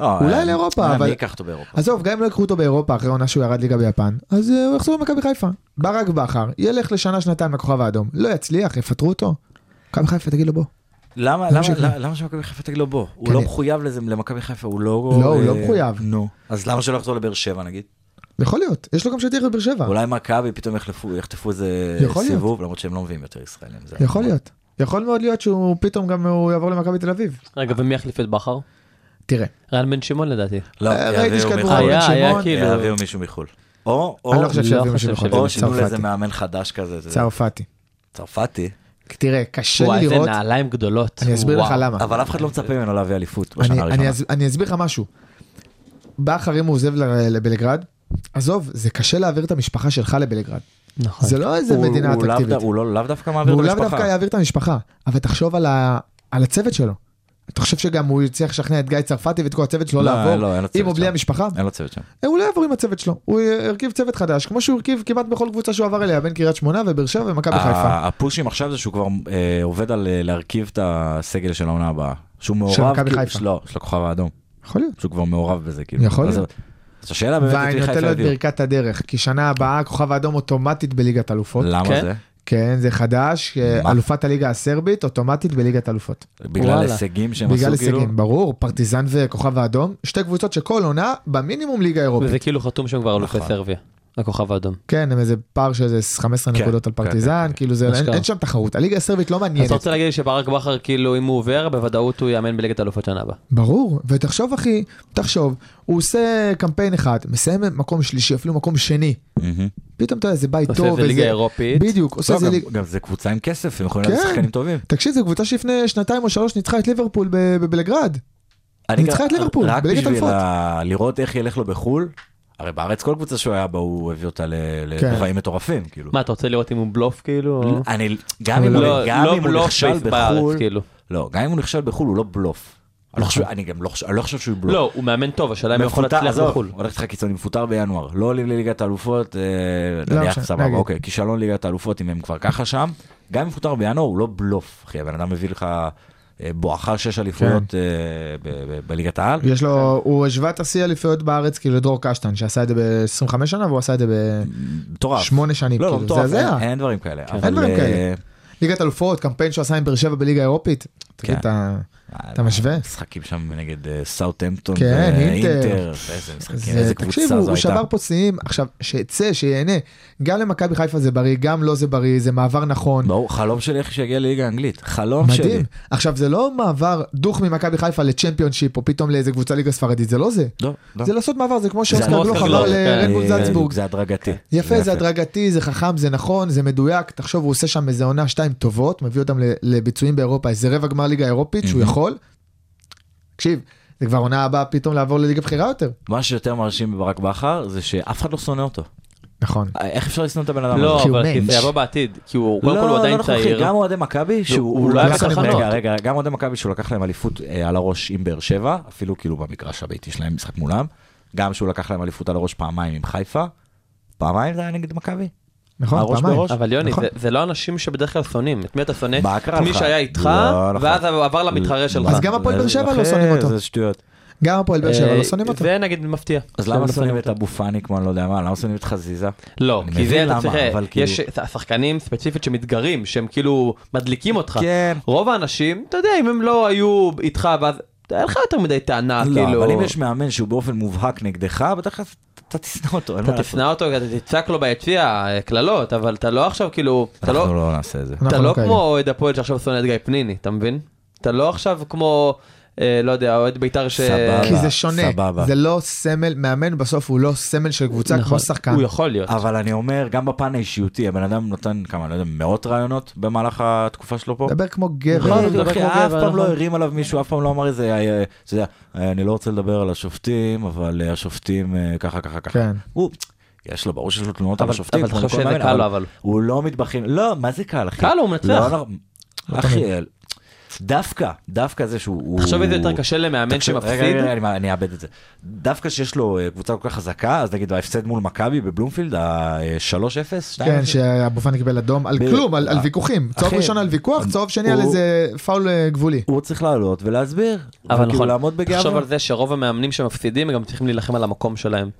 F: אה,
E: אולי
F: אה,
E: לאירופה,
F: אה,
E: אבל-
F: מי ייקח אותו באירופה?
E: עזוב, גם אם לא יקחו אותו באירופה אחרי עונה שהוא ירד ליגה ביפן, אז אה, הוא יחזור למכבי חיפה. ברק בכר, ילך לשנה, שנתיים לכוכב האדום, לא יצליח, יפטרו אותו. מכבי חיפה, תגיד לו בוא.
F: למה
E: למה
F: למה-
E: שיקרה?
F: למה שמכבי חיפה תגיד לו בוא? הוא
E: כן.
F: לא מחויב לזה למכבי חיפה, הוא לא...
E: לא, הוא
F: אה,
E: לא מחויב.
F: נו. אז למה שלא יחזור לבאר שבע נגיד?
E: יכול להיות, יש לו גם שטיח בבאר שבע.
F: אולי מכבי פתאום יחלפו, יחטפו איזה
E: אה. יכול להיות.
F: סיבוב, למרות שהם לא מביאים יותר ישראלים. זה-
E: יכול להיות. יכול מאוד להיות שהוא פתאום גם הוא יעבור למכבי תל אביב.
G: רגע, ומי יחליף את בכר?
E: תראה,
G: רן בן שמעון לדעתי.
F: לא,
E: אה, ראיתי
F: יביאו
E: שכתבו
F: מחו"ל.
E: רן בן
G: היה, היה
E: שמעון.
G: כאילו-
F: יביאו מישהו מחו"ל. או, או,
E: אני לא חושב
G: לא
E: שיביאו
G: חושב
E: מישהו
G: שיביאו
E: יכול
F: או
E: להיות
F: שינו לזה
E: צרפתי.
F: מאמן חדש כזה. אתה יודע.
E: צרפתי.
F: צרפתי.
E: תראה, קשה
G: וואי,
E: לי
G: איזה
E: לראות,
G: נעליים גדולות.
E: אני אסביר לך
G: וואו.
E: למה.
F: אבל אף אחד לא מצפה ממנו להביא אליפות
E: אני-
F: בשנה
E: אני
F: הראשונה.
E: אס- אני אסביר לך משהו. בכר אם הוא עוזב ל- לבלגרד, עזוב, זה קשה להעביר את המשפחה שלך לבלגרד.
G: נכון.
E: זה לא איזה
F: הוא-
E: מדינה
F: הוא לאו
E: אטרקטיבית.
F: דו- הוא לא- לאו דווקא מעביר את
E: והוא לאו
F: המשפחה.
E: דווקא יעביר את המשפחה, אבל תחשוב על ה- על הצוות שלו. אתה חושב שגם הוא יצליח לשכנע את גיא צרפתי ואת כל הצוות שלו
F: לא,
E: לעבור,
F: לא, אין לו
E: אם
F: צוות
E: הוא בלי
F: שם.
E: המשפחה?
F: אין לו צוות שם.
E: הוא לא יעבור עם הצוות שלו, הוא הרכיב צוות חדש, כמו שהוא הרכיב כמעט בכל קבוצה שהוא עבר אליה, בין קריית שמונה ובאר שבע ומכבי
F: אה.
E: חיפה.
F: ה- הפושים עכשיו זה שהוא כבר אה, עובד על אה, להרכיב את הסגל של העונה הבאה. שהוא מעורב,
E: מכבי
F: כאילו-
E: חיפה.
F: לא, של הכוכב האדום.
E: יכול להיות.
F: שהוא כבר מעורב בזה, כאילו.
E: יכול
F: אז-
E: להיות.
F: אז השאלה אה, באמת, את
E: ואני
F: מי
E: נותן
F: חיפה כאילו.
E: לו את
F: יביאו.
E: ברכת הדרך, כי שנה הבאה הכוכב האדום אוטומטית בליגת אלופות.
F: למה
G: כן?
F: זה?
E: כן, זה חדש,
F: אה. מה?
E: אלופת הליגה הסרבית, אוטומטית בליגת אלופות.
F: בגלל
G: וואלה.
F: הישגים שהם
E: בגלל
F: עשו, כאילו?
E: הישגים, ברור, פרטיזן וכוכב האדום, שתי קבוצות שכל עונה במינימום ליגה אירופית.
G: וזה כאילו חתום שם כבר אלופי
F: נכון.
G: סרביה, הכוכב האדום.
E: כן, עם איזה פער של איזה 15
F: כן,
E: נקודות על
F: כן,
E: פרטיזן,
F: כן,
E: כאילו זה, אין-
G: אשכרה.
E: אין שם תחרות, הליגה הסרבית לא
G: אז אתה
E: מעניינת.
G: רוצה להגיד לי שברק בכר, כאילו, אם הוא עובר, בוודאות הוא יאמן בליגת האלופות שנה הבאה.
E: ברור, ותחשוב אחי, תחשוב, הוא עושה קמפיין אחד, מסיים במקום שלישי, אפילו מקום שני,
F: מהמם.
E: פתאום אתה יודע, זה בית טוב.
G: עושה איזה ליגה
E: וזה-
G: אירופית.
E: בדיוק, עושה
F: לא,
E: איזה
F: גם-
E: ליגה.
F: גם זה קבוצה עם כסף, הם יכולים להביא
E: כן.
F: שחקנים טובים.
E: תקשיב, זו קבוצה שלפני שנתיים או שלוש ניצחה את ליברפול ב- בבלגרד.
F: אני
E: ניצחה
F: גם-
E: את ליברפול,
F: רק
E: בליגת
F: בשביל
E: אלופות.
F: ה- לראות איך ילך לו בחו"ל, הרי בארץ כל קבוצה שהוא היה בה, הוא הביא אותה ל-
E: כן.
F: לחיים מטורפים, כאילו.
G: מה, אתה רוצה לראות אם הוא בלוף,
E: לא,
G: כאילו? או-
F: אני, גם אם
G: לא-
F: הוא- גם
G: לא
F: אם הוא
G: בלוף
F: נכשל
G: בארץ,
F: בחו"ל,
G: כאילו.
F: לא, גם אם הוא נכשל בחו"ל הוא לא בלוף. אני לא
E: נכון.
F: חושב- אני גם לא חושב- אני לא חושב שהוא בלוף.
G: לא, הוא מאמן טוב, השאלה אם הוא יכול
F: מפוטר-
G: להצליח
F: עזוב,
G: בחו"ל.
F: הולך איתך קיצוני, מפוטר בינואר, לא עולים לליגת האלופות, אה,
E: לא
F: נניח
E: משנה,
F: סבבה,
E: נגיד.
F: אוקיי, כישלון ליגת האלופות אם הם כבר ככה שם, גם אם מפוטר בינואר הוא לא בלוף, אחי, הבן אדם מביא לך אה, בואכה שש
E: כן.
F: אליפויות אה, ב- ב- בליגת העל,
E: יש לו, הוא השווה את השיא האליפויות בארץ כאילו לדרור קשטן שעשה את זה ב-25 שנה והוא עשה את זה
F: מטורף.
E: בשמונה שנים,
F: לא, לא
E: כאילו,
F: מטורף,
E: זה הזיה. כן.
F: אין- אין דברים כאלה. אבל,
E: אין דברים
F: אה,
E: כאלה. בליגת אלופות, קמפיין שהוא עשה עם באר שבע בליגה האירופית. תגיד,
F: כן.
E: אתה- אתה משווה?
F: משחקים שם נגד אה, סאוטהמפטון,
E: כן, אינטר.
F: ואינטר, איזה משחקים,
E: זה-
F: כן, איזה קבוצה
E: תקשיב,
F: זו
E: הוא
F: הייתה.
E: הוא שבר פה שיאים, עכשיו, שיצא, שיהנה. גם למכבי חיפה זה בריא, גם לו זה בריא, זה מעבר נכון.
F: ברור, חלום שלי איך שיגיע לליגה האנגלית, חלום שלי.
E: מדהים. עכשיו, זה לא מעבר דוך ממכבי חיפה לצ'מפיונשיפ, או פתאום לאיזה קבוצה ליגה ספרדית, זה לא זה.
F: לא, לא.
E: זה לעשות מעבר, זה כמו שאוסקר
G: כמו
E: גלוך
G: אוסקר
E: עבר
G: גלוך, כן.
E: לרדבול
F: אה,
E: זלצבורג.
F: זה הדרגתי.
E: יפה, זה הדרגתי, זה חכם, זה נכון, זה מדויק. תחשוב, הוא עושה שם איזה עונה שתיים טובות, מביא אותם ל- לביצועים באירופה, איזה רבע גמר ליגה אירופית שהוא
F: Mhm.
E: יכול. תקשיב, זה כבר עונה הבאה פתאום לעבור לליגה בכירה יותר.
F: מה שיותר מרשים בברק בכר זה שאף אחד לא שונא אותו.
E: נכון.
F: איך אפשר לשנוא את הבן אדם הזה?
G: לא,
E: כי הוא
G: אבל כי זה
E: מענץ'.
G: יבוא בעתיד, כי הוא קודם כל הוא עדיין
F: נכון, אחי,
G: צעיר.
F: גם אוהדי מכבי שהוא
G: הוא לא היה
F: לקח-
E: בתחנות.
F: רגע, רגע, גם אוהדי מכבי שהוא לקח להם אליפות אה, על הראש עם באר שבע, אפילו כאילו במגרש הביתי שלהם משחק מולם, גם שהוא לקח להם אליפות על הראש פעמיים עם חיפה, פעמיים זה היה נגד מכבי.
E: נכון,
F: הראש
E: פעמיים.
F: בראש.
G: אבל יוני,
E: נכון.
G: זה- זה לא אנשים שבדרך כלל שונאים, את מי אתה שונא?
F: מה
G: את
F: קרה
G: מי
F: לך?
G: שהיה איתך,
F: לא, נכון.
G: ואז עבר למתחרה שלך.
E: אז גם הפועל באר שבע לא שונאים אותו.
F: זה שטויות.
E: גם הפועל באר שבע לא שונאים
G: אה,
E: אותו.
G: זה נגיד מפתיע.
F: אז
G: שהם
F: למה
G: לא
F: שונאים את אבו פאני כמו אני לא יודע מה, למה שונאים את חזיזה?
G: לא,
F: אני
G: כי זה
F: מבין
G: אתה
F: למה,
G: צריך,
F: אבל
G: יש
F: כאילו-
G: שחקנים ספציפית שמתגרים, שהם כאילו מדליקים אותך.
F: כן.
G: רוב האנשים, אתה יודע, אם הם לא היו איתך, ואז אין לך יותר מדי טענה,
F: לא,
G: כאילו...
F: אבל אם יש מאמן שהוא באופן מובהק נגדך, בטח אתה תשנא אותו. אין מה
G: אתה
F: לעשות.
G: תשנא אותו, אתה תצעק לו ביציע אה, קללות, אבל אתה לא עכשיו כאילו, אתה לא,
F: אנחנו לא נעשה את זה.
E: אנחנו
G: אתה
E: לא
G: לא
E: כאלה.
G: כמו אוהד הפועל שעכשיו שונא את גיא פניני, אתה מבין? אתה לא עכשיו כמו, אה, לא יודע, אוהד בית"ר ש...
F: סבבה.
E: כי זה שונה,
F: סבבה.
E: זה לא סמל, מאמן בסוף הוא לא סמל של קבוצה
G: נכון,
E: כמו שחקן.
G: הוא יכול להיות.
F: אבל אני אומר, גם בפן האישיותי, הבן אדם נותן כמה, לא יודע, מאות רעיונות במהלך התקופה שלו פה.
E: דבר כמו גבר.
G: נכון. הוא
F: בדיוק,
G: מדבר
F: אחי,
G: כמו
F: אף
G: גבר,
F: פעם לא
G: נכון.
F: הרים עליו מישהו, אף פעם לא אמר איזה, אה, אה, אתה יודע, אה, אני לא רוצה לדבר על השופטים, אבל אה, השופטים אה, ככה, ככה, ככה.
E: כן.
F: הוא, יש לו, ברור שיש לו תלונות על
G: אבל-
F: השופטים.
G: אבל אתה
F: כמו
G: חושב
F: לכל
G: שזה
F: מאמן,
G: קל לו, אבל.
F: הוא לא מתבכיין, לא, מה זה קל, אחי?
G: קל לו, הוא מנצח.
F: לא, לא, אחי, דווקא, דווקא זה שהוא... הוא-
G: תחשוב איזה יותר קשה למאמן
F: תקשיב, רגע,
G: שמפסיד.
F: רגע, רגע, אני- אני אאבד את זה. דווקא שיש לו אה, קבוצה כל כך חזקה, אז נגיד ההפסד מול מכבי בבלומפילד, ה-3-0, 2-0.
E: כן, שאבו פאני קיבל אדום על
F: ב-
E: כלום, על על
F: אה,
E: ויכוחים. צהוב
F: אחי,
E: ראשון על ויכוח, צהוב שני על
F: הוא-
E: איזה פאול אה, גבולי.
F: הוא צריך לעלות ולהסביר.
G: אבל
F: וכאילו
G: נכון,
F: כאילו לעמוד
G: תחשוב
F: בגאווה.
G: על זה שרוב המאמנים שמפסידים הם גם צריכים להילחם על המקום שלהם.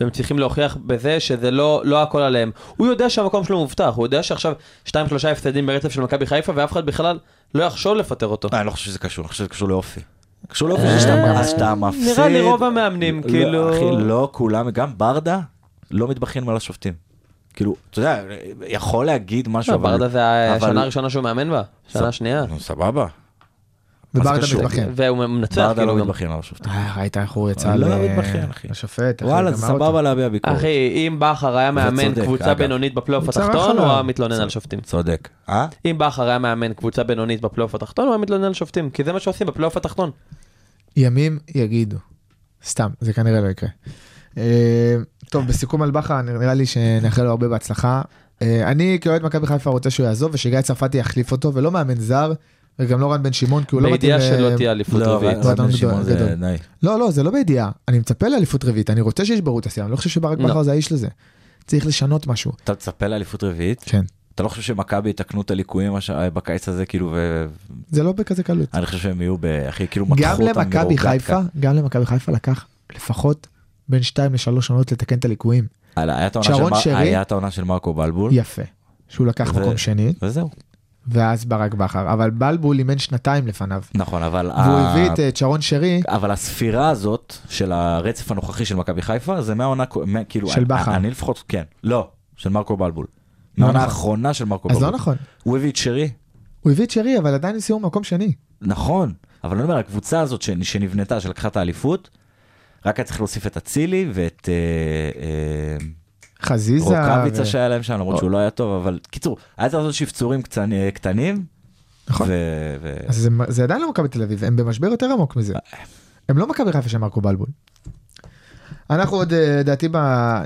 G: והם צריכים להוכיח בזה שזה לא, לא הכל עליהם. הוא יודע שהמקום שלו מובטח, הוא יודע שעכשיו 2-3 הפסדים ברצף של מכבי חיפה ואף אחד בכלל לא יחשוב לפטר אותו.
F: אה, אני לא חושב שזה קשור, אני חושב שזה קשור לאופי. קשור לאופי
G: אה,
F: שאתה אז שאתה מפסיד.
G: נראה לי רוב המאמנים,
F: לא,
G: כאילו-
F: אחי, לא כולם, גם ברדה לא מתבכיין על השופטים. כאילו, אתה יודע, יכול להגיד משהו, אבל...
G: לא, ברדה זה
F: אבל-
G: השנה הראשונה שהוא מאמן בה, שנה שנייה.
F: נו, סבבה. מה זה
E: וברדה
F: קשור?
E: מתבכיין.
G: והוא מנצח
F: ברדה
G: כאילו
F: לא
G: גם.
F: מתבכיין על השופטים.
E: אה, ראית איך הוא יצא
F: לא
E: ל-
F: מתבכיין, אחי.
E: לשופט. אחי,
F: וואלה,
E: גמר
F: זה
E: אותו.
F: סבבה להביע ביקורת.
G: אחי, אם בכר היה מאמן
F: צודק,
G: קבוצה
F: אגב.
G: בינונית בפלייאוף
E: הוא צרח
G: התחתון, הוא
E: עליו.
G: היה מתלונן על שופטים.
F: צודק. אה?
G: אם בכר היה מאמן קבוצה בינונית בפלייאוף התחתון, הוא היה מתלונן על שופטים, כי זה מה שעושים בפלייאוף התחתון.
E: ימים יגידו. סתם, זה כנראה לא יקרה. אה, טוב, בסיכום על בכר, נראה לי שנאחל לו הרבה בהצלחה. אה, אני כאוהד מכבי חיפה רוצה שהוא יעזוב ושגיא צרפתי יחליף אותו, ולא מאמן זר, וגם לא רן בן שמעון, כי הוא לא מתאים...
G: בידיעה שלא
E: ל-
G: תהיה אליפות רביעית.
E: לא, אבל-
F: רן בן שמעון
E: גדול.
F: זה די.
E: לא, לא, זה לא בידיעה. אני מצפה לאליפות רביעית, אני רוצה שישברו את השיאה, אני לא חושב שברק
G: לא.
E: בכר זה האיש לזה. צריך לשנות משהו.
F: אתה מצפה לאליפות רביעית?
E: כן.
F: אתה לא חושב שמכבי יתקנו את הליקויים הש- בקיץ הזה כאילו ו...
E: זה לא בכזה קלות.
F: אני חושב שהם יהיו בהכי כאילו מתחו
E: גם
F: אותם כן.
E: למכבי
F: מרוגת
E: חיפה,
F: כאן.
E: גם למכבי חיפה לקח לפחות בין 2 ל-3 שנות לתקן את הליקויים.
F: הלאה, היה את העונה של
E: שרון
F: מר-
E: שרי?
F: היה את העונה של מרקו בלבול
E: יפה. שהוא לקח
F: זה-
E: מקום שני,
F: וזהו
E: ואז ברק בכר, אבל בלבול אימן שנתיים לפניו.
F: נכון אבל
E: והוא
F: ה-
E: הביא את אה, שרון שרי,
F: אבל הספירה הזאת של הרצף הנוכחי של מכבי חיפה זה מהעונה קו- מה- כאילו
E: של
F: אני-
E: בכר.
F: אני לפחות כן לא של מרקו בלבול. מהעונה
E: נכון.
F: האחרונה של מרקו
E: אז
F: בלבול.
E: לא נכון.
F: הוא הביא את שרי
E: הוא הביא את שרי, אבל עדיין הם סיימו מקום שני.
F: נכון אבל אני אומר הקבוצה הזאת ש- שנבנתה שלקחה את האליפות. רק היה צריך להוסיף את אצילי ואת אה, אה,
E: חזיזה.
F: רוקאביצה
E: ו-
F: שהיה להם שם למרות שהוא לא היה טוב אבל קיצור היה צריך לעשות שפצורים קצנ- אה, קטנים.
E: נכון.
F: ו- ו-
E: אז זה- זה עדיין לא מכבי תל אביב, הם במשבר יותר עמוק מזה. הם לא מכבי חיפה של מרקו בלבול. אנחנו עוד, אה, לדעתי, ב...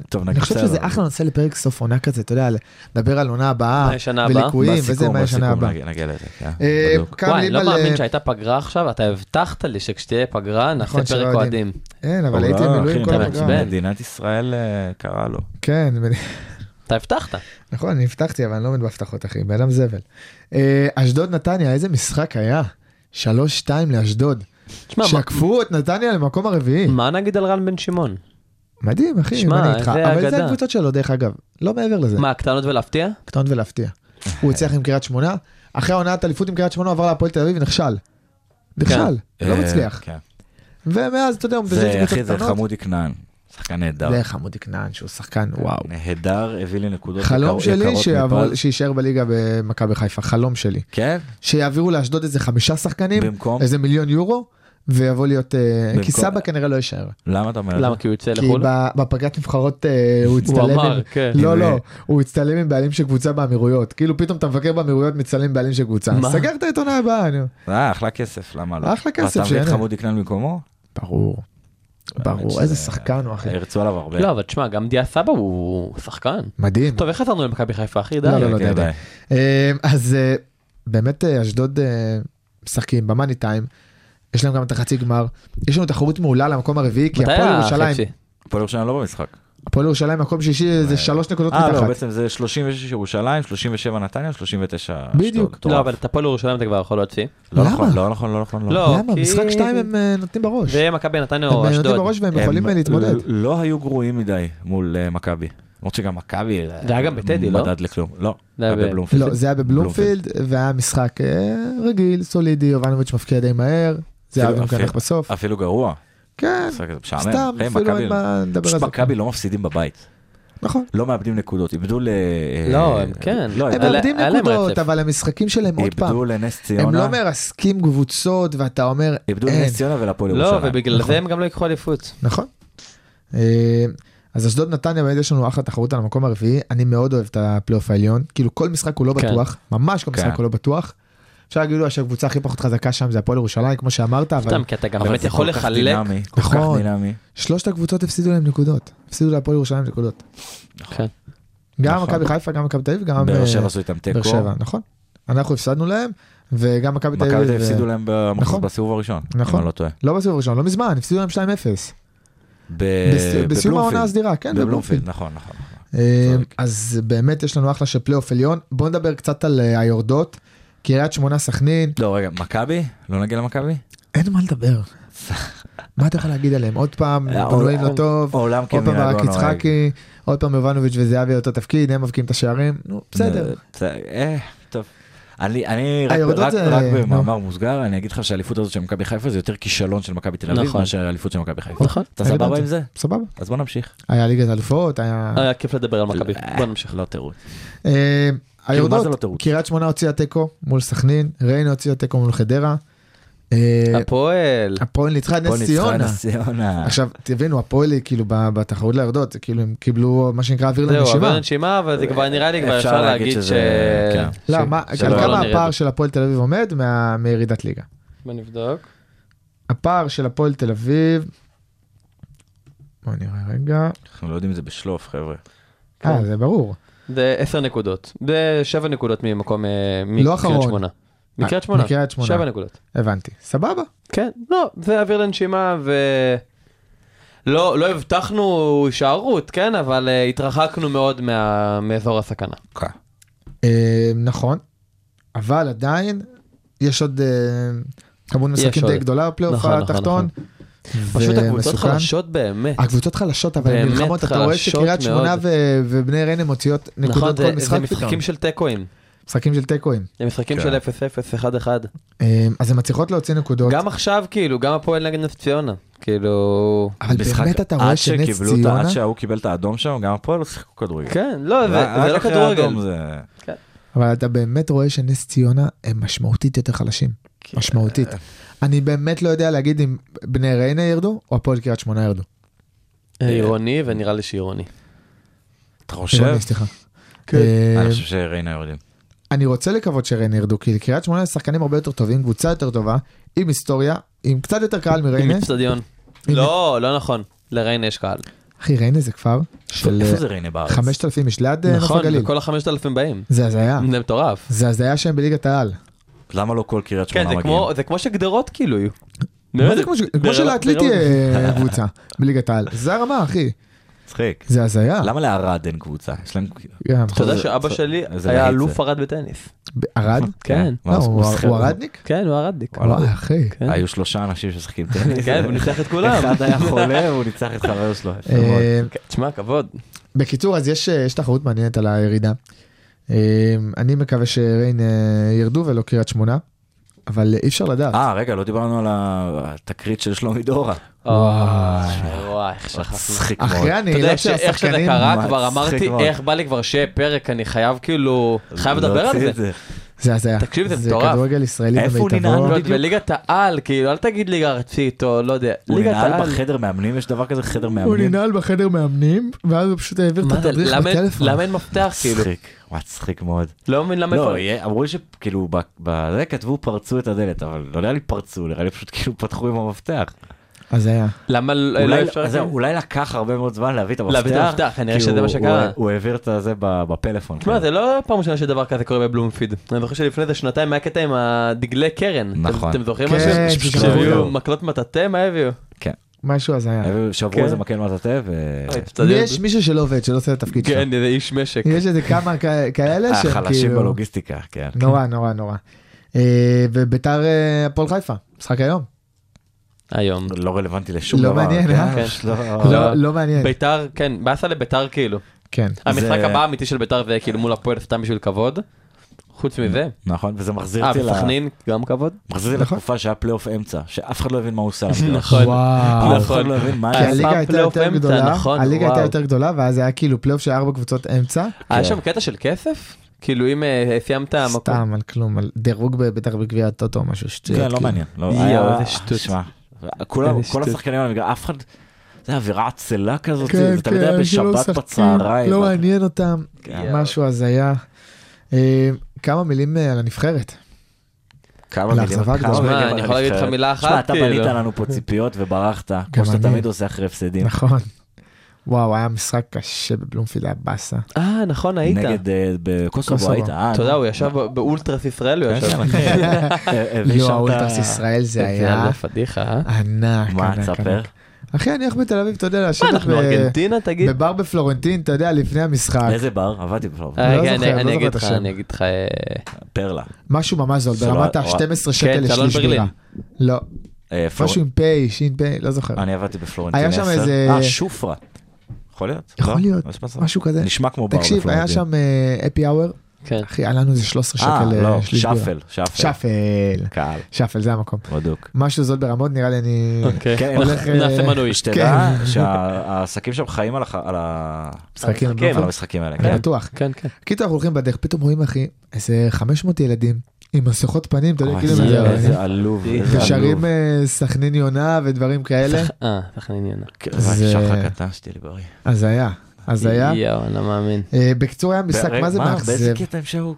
F: טוב,
E: אני
F: נקצר.
E: חושב שזה אחלה נושא לפרק סוף עונה כזה, אתה יודע, לדבר על עונה הבאה,
G: מה יש שנה הבאה?
E: וליקויים, וזה מה
F: בסיכום,
E: שנה הבאה.
F: נגיע- נגיע לזה, כן,
E: אה,
F: בדיוק.
E: כמה
G: וואי, אני
E: מילים
G: לא
E: על,
G: מאמין
E: אה,
G: שהייתה פגרה עכשיו, אתה הבטחת לי שכשתהיה פגרה נעשה
E: נכון, שלא
G: פרק
E: יודעים.
G: אוהדים.
E: אין, אבל
F: לא,
E: הייתי
F: אחי,
E: במילואים כל
F: אתה
E: הפגרה.
F: מעצבן. מדינת ישראל אה, קרה לו.
E: כן,
G: אתה הבטחת.
E: נכון, אני הבטחתי, אבל אני לא עומד בהבטחות, אחי, בן אדם זבל. אה, אשדוד נתניה, איזה משחק היה? 3-2 לאשדוד.
G: תשמע, מה-
E: שעקפו את נתניה למקום הרביעי.
G: מה נגיד על רן בן שמעון?
E: מדהים, אחי, אם
G: שמע,
E: אני איתך.
G: זה
E: אבל זה
G: אגדה.
E: הקבוצות שלו, דרך אגב. לא מעבר לזה.
G: מה, קטנות ולהפתיע?
E: קטנות ולהפתיע. הוא הצליח עם קריית שמונה, אחרי העונת אליפות עם קריית שמונה הוא עבר להפועל תל אביב ונכשל. נכשל, לא
F: אה,
E: מצליח.
F: כן.
E: ומאז, אתה יודע, הוא מזלזל
F: זה
E: בקבוצות
F: אחי, זה
E: קטנות.
F: חמודי כנען. שחקן נהדר.
E: זה חמודי כנען, שהוא שחקן, וואו.
F: נהדר, הביא לי נקודות
E: חלום
F: כן. יקרות-
E: שלי
F: יקרות
E: שיעבור-
F: מפז.
E: שיישאר בליגה במכבי חיפה, חלום שלי.
F: כן,
E: שיעבירו לאשדוד איזה חמישה שחקנים,
F: במקום?
E: איזה מיליון יורו, ויבוא להיות... אה,
F: במקום-
E: כי סבא כנראה לא יישאר.
F: למה אתה אומר את זה?
G: למה, כי הוא יוצא
E: כי
G: לחו"ל?
E: ב- בפגרת נבחרות אה, הוא הצטלם...
G: אמר,
E: עם-
G: כן.
E: לא,
F: עם,
E: לא,
F: אה,
E: הוא הצטלם עם בעלים של קבוצה באמירויות. כאילו פתאום אתה מבקר באמירויות, מצטלם עם בעלים של קבוצה.
G: מה?
E: סגרת את העונה הבאה, נו.
F: אה, אחלה כסף, למה לא?
E: אחלה כסף,
F: ואתה מביא את
E: שיהנה.
F: חמודי כנען במקומו?
E: ברור. ברור,
G: אה,
F: שזה-
E: איזה שחקן הוא אחי.
F: הרצו עליו הרבה. כן,
G: לא, אבל תשמע, גם דיה סבא הוא שחקן.
E: מדהים.
G: טוב, איך חזרנו למכבי חיפה, אחי? די.
E: לא, לא,
F: כן,
E: לא, די,
F: כן,
E: די. אה, אז אה, באמת אה, אשדוד אה, משחקים במאני טיים. יש להם גם את החצי גמר. יש לנו תחרות מעולה למקום הרביעי, כי
G: מתי
E: הפועל ירושלים,
G: החצי?
F: הפועל ירושלים לא במשחק.
E: הפועל ירושלים מקום שישי זה שלוש נקודות
F: אה, לא,
E: מתחת.
F: בעצם זה 36 ירושלים, 37 נתניה, 39
E: בדיוק.
F: אשדוד.
G: לא,
F: מטורף.
G: אבל את הפועל ירושלים אתה כבר יכול להוציא.
F: לא
E: למה?
F: נכון, לא נכון, לא נכון.
G: לא,
E: למה?
G: כי-
E: משחק שתיים הם אה, נותנים בראש.
G: זה מכבי נתניה
E: הם
G: או
E: אה, נותנים
G: אשדוד.
E: בראש והם
F: הם
E: יכולים אה, להתמודד.
F: ל- לא היו גרועים מדי מול אה, מכבי. למרות שגם מכבי... אה,
G: זה היה גם בטדי, לא?
F: מדד לכלום. לא,
G: זה היה
F: היה
G: ב-
F: בבלומפילד.
E: לא, זה היה בבלומפילד, והיה משחק אה, רגיל, סולידי, יובנוביץ' מפקיע די מהר, זה היה
F: אפילו-
E: גם
F: אפילו-
E: כנראה בסוף.
F: אפילו גרוע.
E: כן,
F: משחק הזה משעמם.
E: סתם,
F: אחי,
E: אפילו
F: מכבי- לא.
E: אין מה לדבר
F: פשוט
E: על זה.
F: מכבי לא מפסידים בבית.
E: נכון.
F: לא מאבדים נקודות. איבדו ל...
G: לא, הם כן.
F: לא,
E: הם
G: היה-
E: מאבדים
G: היה להם
E: נקודות,
G: רצף.
E: אבל המשחקים שלהם עוד פעם.
F: איבדו לנס
E: הם
F: ציונה.
E: לא מרסקים קבוצות ואתה אומר
F: איבדו
E: אין.
F: לנס ציונה ולהפועל
G: לא,
F: ירושלים.
G: ובגלל זה הם גם לא ייקחו אליפות.
E: נכון. אה, אז אשדוד נתניה באמת יש לנו אחלה תחרות על המקום הרביעי אני מאוד אוהב את הפלייאוף העליון כאילו כל משחק הוא לא
G: כן.
E: בטוח ממש כל
F: כן.
E: משחק הוא לא בטוח. אפשר להגיד לו שהקבוצה הכי פחות חזקה שם זה הפועל ירושלים כמו שאמרת אבל
G: סתם, כי אתה גם
F: אבל
G: באמת
F: זה
G: יכול
F: כל כך
G: לחלק.
F: דינמי, כל כך
E: נכון.
F: דינמי.
E: שלושת הקבוצות הפסידו להם נקודות הפסידו להפועל ירושלים נקודות.
G: כן.
E: גם
F: נכון.
E: מכבי חיפה גם מכבי תל אביב גם
F: באר
E: אה,
F: שבע עשו איתם
E: באר
F: תיקו.
E: שבע נכון. אנחנו הפסדנו להם וגם מכבי תל
F: מכבי תל אביב
E: אביב
F: הפסידו
E: אה,
F: להם במחוז
E: נכון.
F: בסיבוב הראשון.
E: נכון.
F: אם אני לא טועה.
E: לא בסיבוב הראשון לא מזמן הפסידו להם 2-0.
F: ב-
E: בס- בסיום העונה
F: אה, בבלומפילד.
E: הסדירה כן בבלומפילד.
F: בבלומפילד, נכון, נכון. נכון.
E: אה,
F: צודק.
E: אז באמת יש לנו אחלה של פלייאוף עליון. בוא נדבר קצת על אה, היורדות. קריית שמונה סכנין,
F: לא, רגע, מכבי? לא נגיע למכבי?
E: אין מה לדבר. מה אתה יכול להגיד עליהם? עוד פעם,
F: אה,
E: בנויים
F: אה,
E: לא טוב, עוד
F: עולם
E: פעם
F: כמנהגו
E: ברק
F: נוהג.
E: יצחקי, עוד פעם יובנוביץ' וזהבי אותו תפקיד, הם מבקיעים את השערים, נו בסדר.
F: בסדר. אה, טוב. אני, אני רק,
E: היורדות
F: רק,
E: זה-
F: רק
E: נו.
F: במאמר מוסגר, אני אגיד לך שהאליפות הזאת של מכבי חיפה זה יותר כישלון של מכבי תל אביב
G: נכון.
F: מאשר האליפות של מכבי חיפה.
G: נכון.
F: אתה
E: אני יודע
F: סבבה
E: את
F: עם זה?
E: סבבה.
F: אז בוא נמשיך.
E: היה ליגת אלופות, היה...
G: היה כיף לדבר על מכבי.
F: אה,
G: בוא נמשיך.
F: לא תירוץ.
E: אה,
F: מה זה לא
E: היורדות,
F: תירוץ?
E: קריית שמונה הוציאה תיקו מול סכנין, ריינה הוציאה תיקו מול חדרה. אה,
G: הפועל.
E: הפועל ניצחה את
F: בוא
E: נס
F: ניצחה
E: ציונה.
F: נס ציונה.
E: עכשיו תבינו הפועל היא כאילו ב- בתחרות ליורדות זה כאילו הם קיבלו מה שנקרא אוויר
G: זהו, עבר
E: לנשימה.
G: לנשימה, אבל זה כבר נראה לי כבר אפשר להגיד ש...
F: אה, שזה- כן.
E: לא, מה, על
G: שלא
E: כמה
G: נרד.
E: הפער של הפועל תל אביב עומד מה- מירידת ליגה?
G: בוא נבדוק.
E: אה, הפער של הפועל תל אביב. בוא נראה רגע.
F: אנחנו לא יודעים את זה בשלוף, חבר'ה.
G: כן.
E: אה זה ברור.
G: זה 10 נקודות. זה 7 נקודות ממקום... אה, מקריית
E: לא אחרון. אה,
G: שמונה. מקריית שמונה.
E: מקריית שמונה.
G: שבע נקודות.
E: הבנתי. סבבה.
G: כן, לא, זה אוויר לנשימה ו... לא, לא הבטחנו הישארות, כן, אבל uh, התרחקנו מאוד מה... מאזור הסכנה.
E: אה, נכון. אבל עדיין, יש עוד אה, כמות משחקים
G: עוד.
E: די גדולה בפלייאוף
G: נכון, נכון,
E: התחתון.
G: פשוט הקבוצות
E: ומסוכן.
G: חלשות באמת.
E: הקבוצות חלשות, אבל הן
G: באמת
E: נלחמות, אתה רואה
G: חלשות
E: שקריית שמונה
G: מאוד.
E: ו- ובני ריינה מוציאות
G: נכון,
E: נקודות
G: זה,
E: כל
G: זה
E: משחק פתאום.
G: משחקים של תיקואים.
E: משחקים של תיקואים.
G: זה משחקים
F: כן.
G: של 0-0, 1-1.
E: אה, אז הן מצליחות להוציא נקודות,
G: גם עכשיו, כאילו, גם הפועל נגד נס ציונה. כאילו...
E: אבל
F: משחק-
E: באמת אתה רואה
F: עד
E: שנס
F: שקיבלו את ה-
E: ציונה,
F: עד שההוא קיבל את האדום שם, גם הפועל לא שיחקו כדורגל.
G: כן, לא, זה,
F: רק
G: זה לא
F: אחרי
G: כדורגל.
F: האדום זה-
E: אבל אתה באמת רואה שנס ציונה הם משמעותית יותר חלשים.
G: כן.
E: משמעותית. אני באמת לא יודע להגיד אם בני ריינה ירדו או הפועל קריית שמונה ירדו.
G: אה, עירוני, ונראה לי שעירוני.
F: אתה חושב?
E: עירוני, סליחה.
G: כן.
F: כן.
E: אה,
F: אני חושב שריינה יורדים.
E: אני רוצה לקוות שריינה ירדו, כי לקריית שמונה יש שחקנים הרבה יותר טובים, קבוצה יותר טובה, עם היסטוריה, עם קצת יותר קהל
G: עם
E: מריינה.
G: אצטדיון.
E: הנה. אה,
G: לא, לא נכון. לריינה יש קהל.
E: אחי, ריינה זה כפר של אה,
F: איפה זה ריינה בארץ?
E: 5,000 איש ליד אה, נוף
G: נכון,
E: הגליל. אה.
G: וכל החמשת אלפים באים.
E: זה הזיה.
G: זה מטורף.
E: זה הזיה שהם בליגת העל.
F: למה לא כל קריית
G: כן,
F: שמונה
G: זה
F: מגיעים?
G: כמו- זה כמו שגדרות כאילו יהיו.
E: מה זה כמו ש- כמו שלאטלית
G: לא-
E: תהיה קבוצה בליגת העל. זה הרמה, אחי.
F: מצחיק.
E: זה אה. הזיה.
F: למה לערד אין קבוצה? יש להם...
E: גם,
G: אתה יודע
F: זה-
G: שאבא
F: זה-
G: שלי
F: זה
G: היה
F: להיט,
G: אלוף
F: זה.
G: ערד בטניס.
E: ערד?
G: כן.
F: מה,
E: לא,
F: אז
E: הוא
F: הוא שחק-
E: הוא ערדניק?
G: כן, הוא ערדניק.
E: וואי, אחי.
G: כן.
F: היו שלושה אנשים ששחקים טניס.
G: כן, הוא ניצח את כולם.
F: אחד היה חולה והוא ניצח את חבר שלו. יפה מאוד.
E: אה,
G: כן, תשמע, כבוד.
E: בקיצור, אז יש אה, יש תחרות מעניינת על הירידה. אה, אני מקווה שריין אה, ירדו ולא קריית שמונה, אבל אי אפשר לדעת.
F: אה, רגע, לא דיברנו על התקרית של שלומי דורה.
G: וואי, איך שכחנו.
F: מצחיק מאוד.
E: אה, אחרי
G: אתה יודע
E: הנעילה
G: איך ש-
E: של
G: איך שזה
E: השחקנים,
G: קרה
F: מצחיק
G: כבר אמרתי,
F: מאוד.
G: איך בא לי כבר שיהיה פרק, אני חייב כאילו, חייב לדבר על
F: להוציא
G: זה.
F: את
E: זה הזיה.
G: תקשיב, זה
E: זה
G: מטורף.
E: כדורגל ישראלי
F: איפה הוא
E: במיטבו.
F: ננעל?
G: עוד
F: בדיוק.
G: בליגת לא, העל, כאילו, אל תגיד ליגה ארצית או לא יודע,
F: הוא
G: ליגת
F: ננעל
G: העל.
F: בחדר מאמנים? יש דבר כזה חדר
E: הוא
F: מאמנים?
E: ננעל בחדר מאמנים, ואז הוא פשוט העביר את
G: מה זה,
E: התדריך
G: למה-
E: בטלפון.
G: למה אין מפתח כאילו?
F: מצחיק, מצחיק מאוד.
G: לא מבין למה
F: לא,
G: אין-
F: יהיה- אמרו לי שכאילו, ב- בזה כתבו פרצו את הדלת, אבל לא נראה לי פרצו, נראה לי פשוט כאילו פתחו עם המפתח.
E: הזיה.
G: למה לא לא
F: אולי-
G: אפשר?
F: אז זהו,
G: כאילו?
F: אולי לקח הרבה מאוד זמן להביא את המפתח.
G: להביא את המפתח, כנראה
F: כי
G: שזה
F: הוא-
G: מה שקרה.
F: הוא- הוא העביר את זה ב- בפלאפון.
G: תשמע,
F: כן.
G: זה לא פעם ראשונה שדבר כזה קורה בבלומפיד. אני זוכר שלפני איזה שנתיים היה קטע עם הדגלי קרן. אתם-
F: נכון.
G: אתם זוכרים
E: כן,
G: משהו?
E: זה
G: שהביאו
E: שברו.
G: מקלות מטאטא, מה הביאו?
F: כן.
E: משהו הזיה.
F: העבירו-
G: כן.
F: שברו איזה מקל אה, מטאטא ו...
E: יש מישהו שלא עובד, שלא עושה את התפקיד שלו.
G: כן, אה, איזה איש משק.
E: יש איזה כמה כ- כאלה שהם
F: החלשים
E: כאילו...
F: אה, בלוגיסטיקה, כן.
E: נורא, נורא, נורא. אה, וביתר אה, הפועל חיפה, משחק היום.
G: היום.
F: לא רלוונטי לשום
E: לא
F: דבר.
E: מעניין,
F: כן?
E: אה?
G: כן.
F: יש לו-
E: לא לא מעניין.
G: ביתר, כן, באסה לביתר כאילו.
E: כן.
G: המשחק
F: זה-
G: הבא האמיתי של ביתר זה כאילו מול הפועל סתם בשביל כבוד. חוץ מזה.
F: נכון, וזה מחזיר
G: אה,
F: אותי ל-
G: וסכנין גם כבוד?
F: מחזיר אותי
E: נכון.
F: לתקופה שהיה פלייאוף אמצע, שאף אחד לא הבין מה הוא עושה. למגרש.
G: נכון. כן,
E: וואו.
F: אף אחד לא הבין מה
G: כי
E: כי
F: היה.
E: הליגה
G: פעם
E: הייתה
G: פלייאוף
E: יותר
G: אמצע,
E: גדולה,
G: נכון,
E: הליגה הייתה
G: וואו.
E: יותר גדולה, ואז היה כאילו פלייאוף של ארבע קבוצות אמצע,
F: אה,
G: היה שם קטע של כסף? כאילו אם אה, סיימת מקום.
E: סתם על כלום, על דירוג ב- בטח בגביע הטוטו או משהו שטויות.
F: כן, לא
E: כאילו.
F: מעניין. לא,
G: יואו,
F: היה-
G: איזה שטות.
F: שמע, כולם-
G: איזה
F: כל
G: שטות.
F: השחקנים על המגרש, אף אחד... זה אווירה עצלה כזאת,
E: כן,
F: זה תמיד היה
E: כן, שלא
F: בשבת
E: משחקים,
F: בצהריים.
E: לא מעניין אותם,
F: כן.
E: משהו הזיה. אה, כמה מילים אה, על הנבחרת.
F: כמה מילים,
E: לאכזבה
F: כמה
E: גדולה.
F: מילים
G: שמע,
F: על
G: אני יכול להגיד לך
F: הנבחרת.
G: מילה אחת,
F: שמע, אתה
G: כאילו.
F: בנית לנו פה ציפיות וברחת, כמו שאתה
E: אני.
F: תמיד עושה אחרי הפסדים.
E: נכון. וואו, היה משחק קשה בבלומפילד, היה באסה.
G: אה, נכון, היית.
F: נגד אה, בקוסובו
E: קוסובו.
F: היית, אה,
G: אתה יודע,
F: נו.
G: הוא ישב ב- באולטרס ישראל, הוא
F: כן,
G: ישב.
F: כן, אחי. אה, הביא שם
E: לא,
F: את ה-
E: האולטרס ישראל כן, זה היה
G: היה פדיחה, אה?
E: ענק,
F: מה,
E: ענק,
F: תספר?
E: ענק. אחי, אני איך בתל אביב, אתה יודע,
G: מה,
E: לשבת
G: אנחנו
E: ב-
G: ארגנטינה, תגיד?
E: בבר בפלורנטין, אתה יודע, לפני המשחק,
F: איזה בר? עבדתי בפלאב.
G: אה,
E: לא
G: כן,
E: זוכר,
G: אני-
E: לא
G: אני
E: זוכר
G: אגיד
E: את
G: לך,
E: השם.
G: אני אגיד לך... אה,
F: פרלה.
E: משהו ממש זול,
F: שלא-
E: ברמת
F: וואו.
E: ה-12 שקל
G: כן, סלון
E: לשליש
G: ברלין.
E: בירה. לא,
F: אה,
E: משהו
F: פלורנטין.
E: עם פ', שין פ', לא זוכר.
F: אני עבדתי בפלורנטין.
E: היה שם
F: עשר.
E: איזה-
F: אה, שופרה. יכול להיות?
E: יכול
F: לא?
E: להיות,
F: יש מצב.
E: משהו כזה.
F: נשמע כמו בר
E: תקשיב, היה
F: בפלורנטין.
E: שם אפי אאואר,
G: כן.
E: אחי, היה לנו איזה 13
F: אה,
E: שקל
F: לא,
E: אה, שליש בירה.
F: שפל, שפל.
E: שפל.
F: קהל,
E: שפל, זה המקום.
F: בדוק.
E: משהו זול ברמות, נראה לי אני...
G: אוקיי.
F: כן,
E: הולך,
G: אנחנו נעשה
E: אה,
G: מנוי.
F: שתדע שהעסקים שם חיים על הח- על ה-
E: משחקים
G: משחקים,
E: בבלומפילד.
F: על המשחקים האלה.
E: אני
F: כן.
E: בטוח.
G: כן, כן.
E: קיצור, אנחנו הולכים בדרך, פתאום רואים, אחי, איזה 500 ילדים עם מסכות פנים, אתה יודע,
F: אוי,
E: כאילו,
F: איזה-
E: זה-
F: איזה עלוב, איזה
E: ושרים
F: עלוב.
E: אה, סכנין יונה ודברים כאלה.
G: אה, תכנן יונה.
F: כן,
E: זה-
F: שחר קטן שתהיה לי בריא.
E: אז היה, אז היה.
G: יואו, אני לא מאמין.
E: אה, בקיצור, היה משחק, מה זה מאכזב?
F: באיזה קטע הם שרו?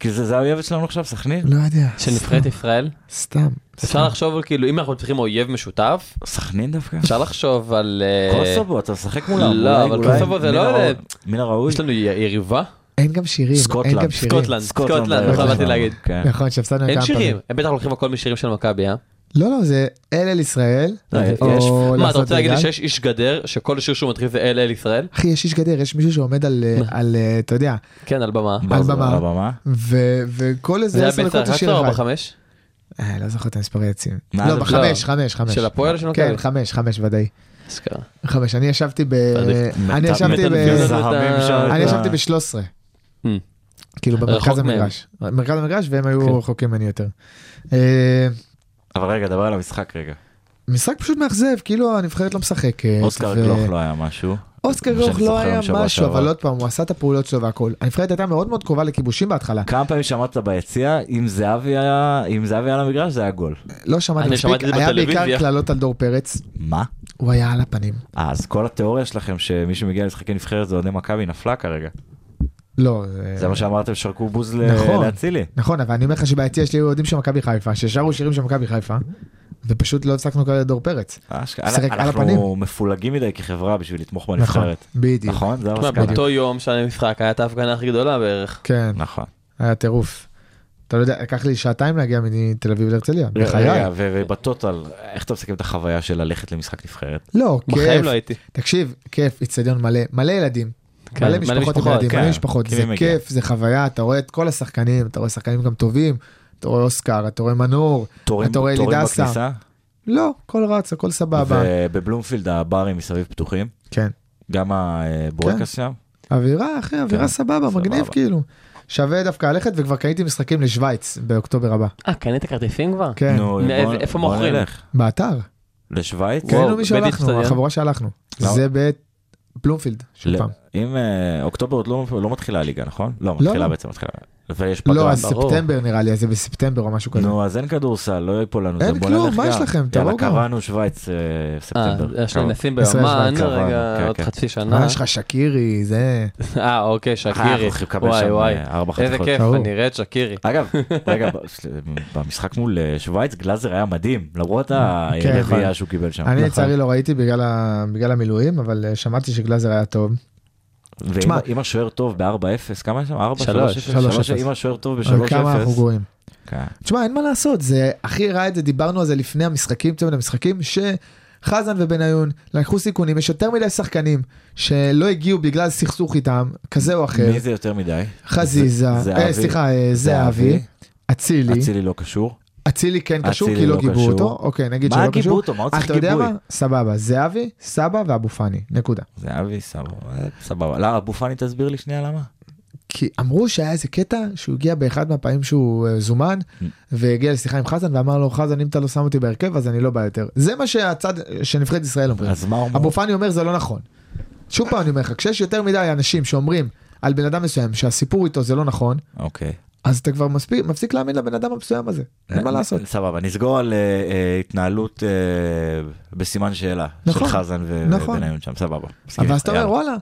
F: כי זה זה האויבת שלנו עכשיו, סכנין?
E: לא יודע.
G: של נבחרת ישראל?
E: סתם.
G: אפשר לחשוב על כאילו, אם אנחנו צריכים אויב משותף,
F: סכנין דווקא?
G: אפשר לחשוב על... אה,
F: קוסובו, אתה משחק מולם.
G: לא,
F: אולי-
G: אבל
F: אולי
G: קוסובו זה
F: מן
G: לא-
F: הראוי- מן הראוי.
G: יש לנו י- יריבה?
E: אין גם שירים, אין
F: סקוטלנד.
E: גם שירים.
G: סקוטלנד. נכון, באתי להגיד.
F: כן.
E: נכון, שהפסדנו
G: אין
E: כמה
G: שירים,
E: פעמים.
G: הם בטח לוקחים הכל משירים של מכבי, אה?
E: לא, לא, זה אל אל ישראל.
F: לא,
E: או
F: יש-
G: יש- מה, אתה
E: לעשות
G: רוצה להגיד לי
E: בגלל.
G: שיש איש גדר, שכל שיר שהוא מתחיל זה אל אל ישראל?
E: אחי, יש איש גדר, יש מישהו שעומד על, אה, על, אה, אתה יודע,
G: כן, על במה.
E: על
F: ברז-
E: במה.
F: על הבמה.
E: ו- וכל
G: זה
E: איזה
G: היה
E: עשר
G: בעצם
E: דקות זה
G: 11 או
E: שיר אחד.
G: לא בחמש?
E: אה, לא זוכר את המספרי העצים.
F: מה,
E: לא,
F: זה-
E: בחמש,
G: לא.
E: חמש, חמש.
G: של אוקיי. הפועל או של מכבי?
E: כן, חמש, חמש ודאי.
G: אשכרה.
E: חמש, אני ישבתי ב... אני
F: מת-
E: ישבתי
F: מת-
E: ב...
F: מזהמים שם את
E: אני
F: ה-
E: ישבתי ב-13.
G: אה. Hmm.
E: כאילו
G: רחוק
E: במרכז
G: מהם.
E: המגרש. מרכז המגרש והם
G: כן.
E: היו רחוקים ממני יותר. אה,
F: אבל רגע, דבר על המשחק רגע.
E: משחק פשוט מאכזב, כאילו הנבחרת לא משחקת.
F: אוסקר
E: ו-
F: גלוך לא היה משהו.
E: אוסקר
F: מה
E: גלוך לא
F: שאני זוכר
E: היה
F: משבוע
E: משהו, אבל
F: שעבר.
E: עוד פעם, הוא עשה את הפעולות שלו והכל. הנבחרת הייתה מאוד מאוד קרובה לכיבושים בהתחלה.
G: כן.
F: כמה פעמים שמעת ביציע, אם זהבי היה אם זהבי היה על המגרש זה היה גול.
E: לא שמעתי
G: אני
E: מספיק,
G: שמעתי את זה
E: היה
G: בטלוויזיה.
E: בעיקר קללות על דור פרץ,
F: מה?
E: הוא היה על הפנים.
F: אה, אז כל התיאוריה שלכם שמי שמגיע למשחקי נבחרת זה אוהדי מכבי נפלה כרגע.
E: לא,
F: זה מה שאמרתם, שרקו בוז ל-
E: נכון.
F: לאצילי.
E: נכון, אבל אני אומר לך שביציע שלי היו אוהדים של מכבי חיפה, ששרו שירים של מכבי חיפה, ופשוט לא הפסקנו כאלה דור פרץ.
F: אשכרה.
E: שיחק על
F: אנחנו
E: הפנים. נכון.
F: מפולגים מדי כחברה בשביל לתמוך בנבחרת.
E: בדיוק.
F: נכון? זה
G: תשמע,
F: המסקנה.
G: באותו יום של המשחק היה את ההפגנה הכי גדולה בערך.
E: כן,
F: נכון.
E: היה טירוף. אתה לא יודע, לקח לי שעתיים להגיע מתל אביב להרצליה,
G: לא,
F: רגע,
E: בחיי.
F: ו- ובטוטל, איך אתה מסכם את החוויה של ללכת למשחק נבחרת?
E: לא,
G: בחיים
E: כיף.
G: לא הייתי.
E: תקשיב, כיף, איצטדיון מלא, מלא ילדים.
G: כן,
E: מלא
G: מלא
E: משפחות עם
G: משפחות,
E: ילדים,
F: כן.
E: מלא משפחות.
F: כי
E: זה
F: מי מגיע?
E: כיף, זה חוויה, אתה רואה את כל השחקנים, אתה רואה שחקנים גם טובים, אתה רואה אוסקר, אתה רואה מנור,
F: תורים
E: אתה רואה
F: תורים
E: אלידסה.
F: בכניסה,
E: לא, הכל רץ, הכל סבבה.
F: ובבלומפילד הברים מסביב פתוחים,
E: כן.
F: גם הבורקס שם.
E: אווירה אחי אווירה
F: כן,
E: סבבה
F: סבבה.
E: מגניב כאילו שווה דווקא ללכת וכבר קניתי משחקים לשוויץ באוקטובר הבא
G: אה, קנית כרטיסים כבר?
E: כן
F: נו, בוא-
G: מאיזה- איפה
F: בוא
G: מוכרים?
F: נלך.
E: באתר
F: לשוויץ?
G: וואו, לא.
E: קנינו מי
G: באיצטדיון?
E: שהלכנו החבורה שהלכנו
F: למה?
E: זה בבלומפילד שוב
F: ל-
G: לא.
E: פעם
F: אם אה, אוקטובר עוד לא לא מתחילה הליגה, נכון? לא, מתחילה בעצם, מתחילה. ויש פגרה.
E: לא אז
G: ברור.
E: ספטמבר נראה לי אז זה בספטמבר או משהו כזה
F: נו, אז אין כדורסל, לא יפול לנו.
E: אין
F: זה, בוא
E: כלום,
F: נלך
E: מה
F: גם.
E: יש לכם? לא
F: יאללה,
E: תבואו גם.
F: קבענו שווייץ אה,
G: אה,
F: ספטמבר.
G: יש לנו
F: קבענו.
G: נסים
E: ישראל,
G: באומן,
E: שבא,
F: קבענו,
G: רגע,
F: כן,
G: עוד
F: כן.
G: חצי
E: מה
G: שנה.
E: אה, יש לך שקירי זה
G: אה, אוקיי,
F: אנחנו
G: שקירי.
F: הולכים לקבל
G: וואי
F: שם,
G: וואי.
F: אה, ארבע
G: איזה
F: חתיכות.
G: כיף,
E: ברור.
G: אני אראה את שקירי.
F: אגב, רגע, ב- סל- במשחק מול אה, שווייץ גלאזר היה מדהים, למרות הרביעייה שהוא קיבל שם.
E: כן, נכון.
F: נכון.
E: אני לצערי לא ראיתי בגלל ה- בגלל המילואים אבל אה, שמעתי שגלאזר היה טוב
F: ואם
E: תשמע-
F: אם השוער טוב ב-4-0, כמה יש שם? 4
G: שלוש.
F: 3
E: שלוש,
F: 3
E: אפס.
F: אם השוער טוב כן.
E: אבל אה, כמה אנחנו
F: ב-3-0.
E: גרועים. תשמע אין מה לעשות זה הכי ראה את זה דיברנו על זה לפני המשחקים צמד המשחקים שחזן ובניון לקחו סיכונים יש יותר מדי שחקנים שלא הגיעו בגלל סכסוך איתם כזה או אחר
F: מי זה יותר מדי?
E: חזיזה
F: זה- זהבי.
E: אה, סליחה אה, זהבי אצילי
F: אצילי לא קשור.
E: אצילי כן קשור
F: אצילי
E: כי
F: לא
E: לא גיבו
F: קשור.
E: אותו אוקיי נגיד
F: מה
E: שלא
F: גיבו
E: קשור
F: אותו? מה הוא
E: אז
F: צריך
E: אתה יודע
F: גיבוי?
E: מה סבבה זהבי סבא ואבו פאני נקודה
F: זהבי, סבבה. סבבה. לא, אבו פאני תסביר לי שנייה למה.
E: כי אמרו שהיה איזה קטע שהוא הגיע באחד מהפעמים שהוא אה, זומן
F: Mm.
E: והגיע לשיחה עם חזן ואמר לו חזן אם אתה לא שם אותי בהרכב אז אני לא בא יותר זה מה שהצד שנבחרת ישראל אומרים.
F: אז מה
E: אבו
F: אומרים?
E: פאני אומר זה לא נכון. שוב פעם אני אומר לך, כשיש יותר מדי אנשים שאומרים על בן אדם מסוים שהסיפור איתו זה לא נכון,
F: אוקיי.
E: אז אתה כבר מספיק, מפסיק להאמין לבן אדם המסוים הזה, אין
F: אה,
E: מה לעשות.
F: סבבה, נסגור על אה, אה, התנהלות אה, בסימן שאלה. של
E: נכון.
F: חזן ו-
E: נכון.
F: ובניון שם, סבבה. מסכים
E: אבל אז
F: איתך,
E: אתה אומר
F: כן, יאללה.
E: וואלה,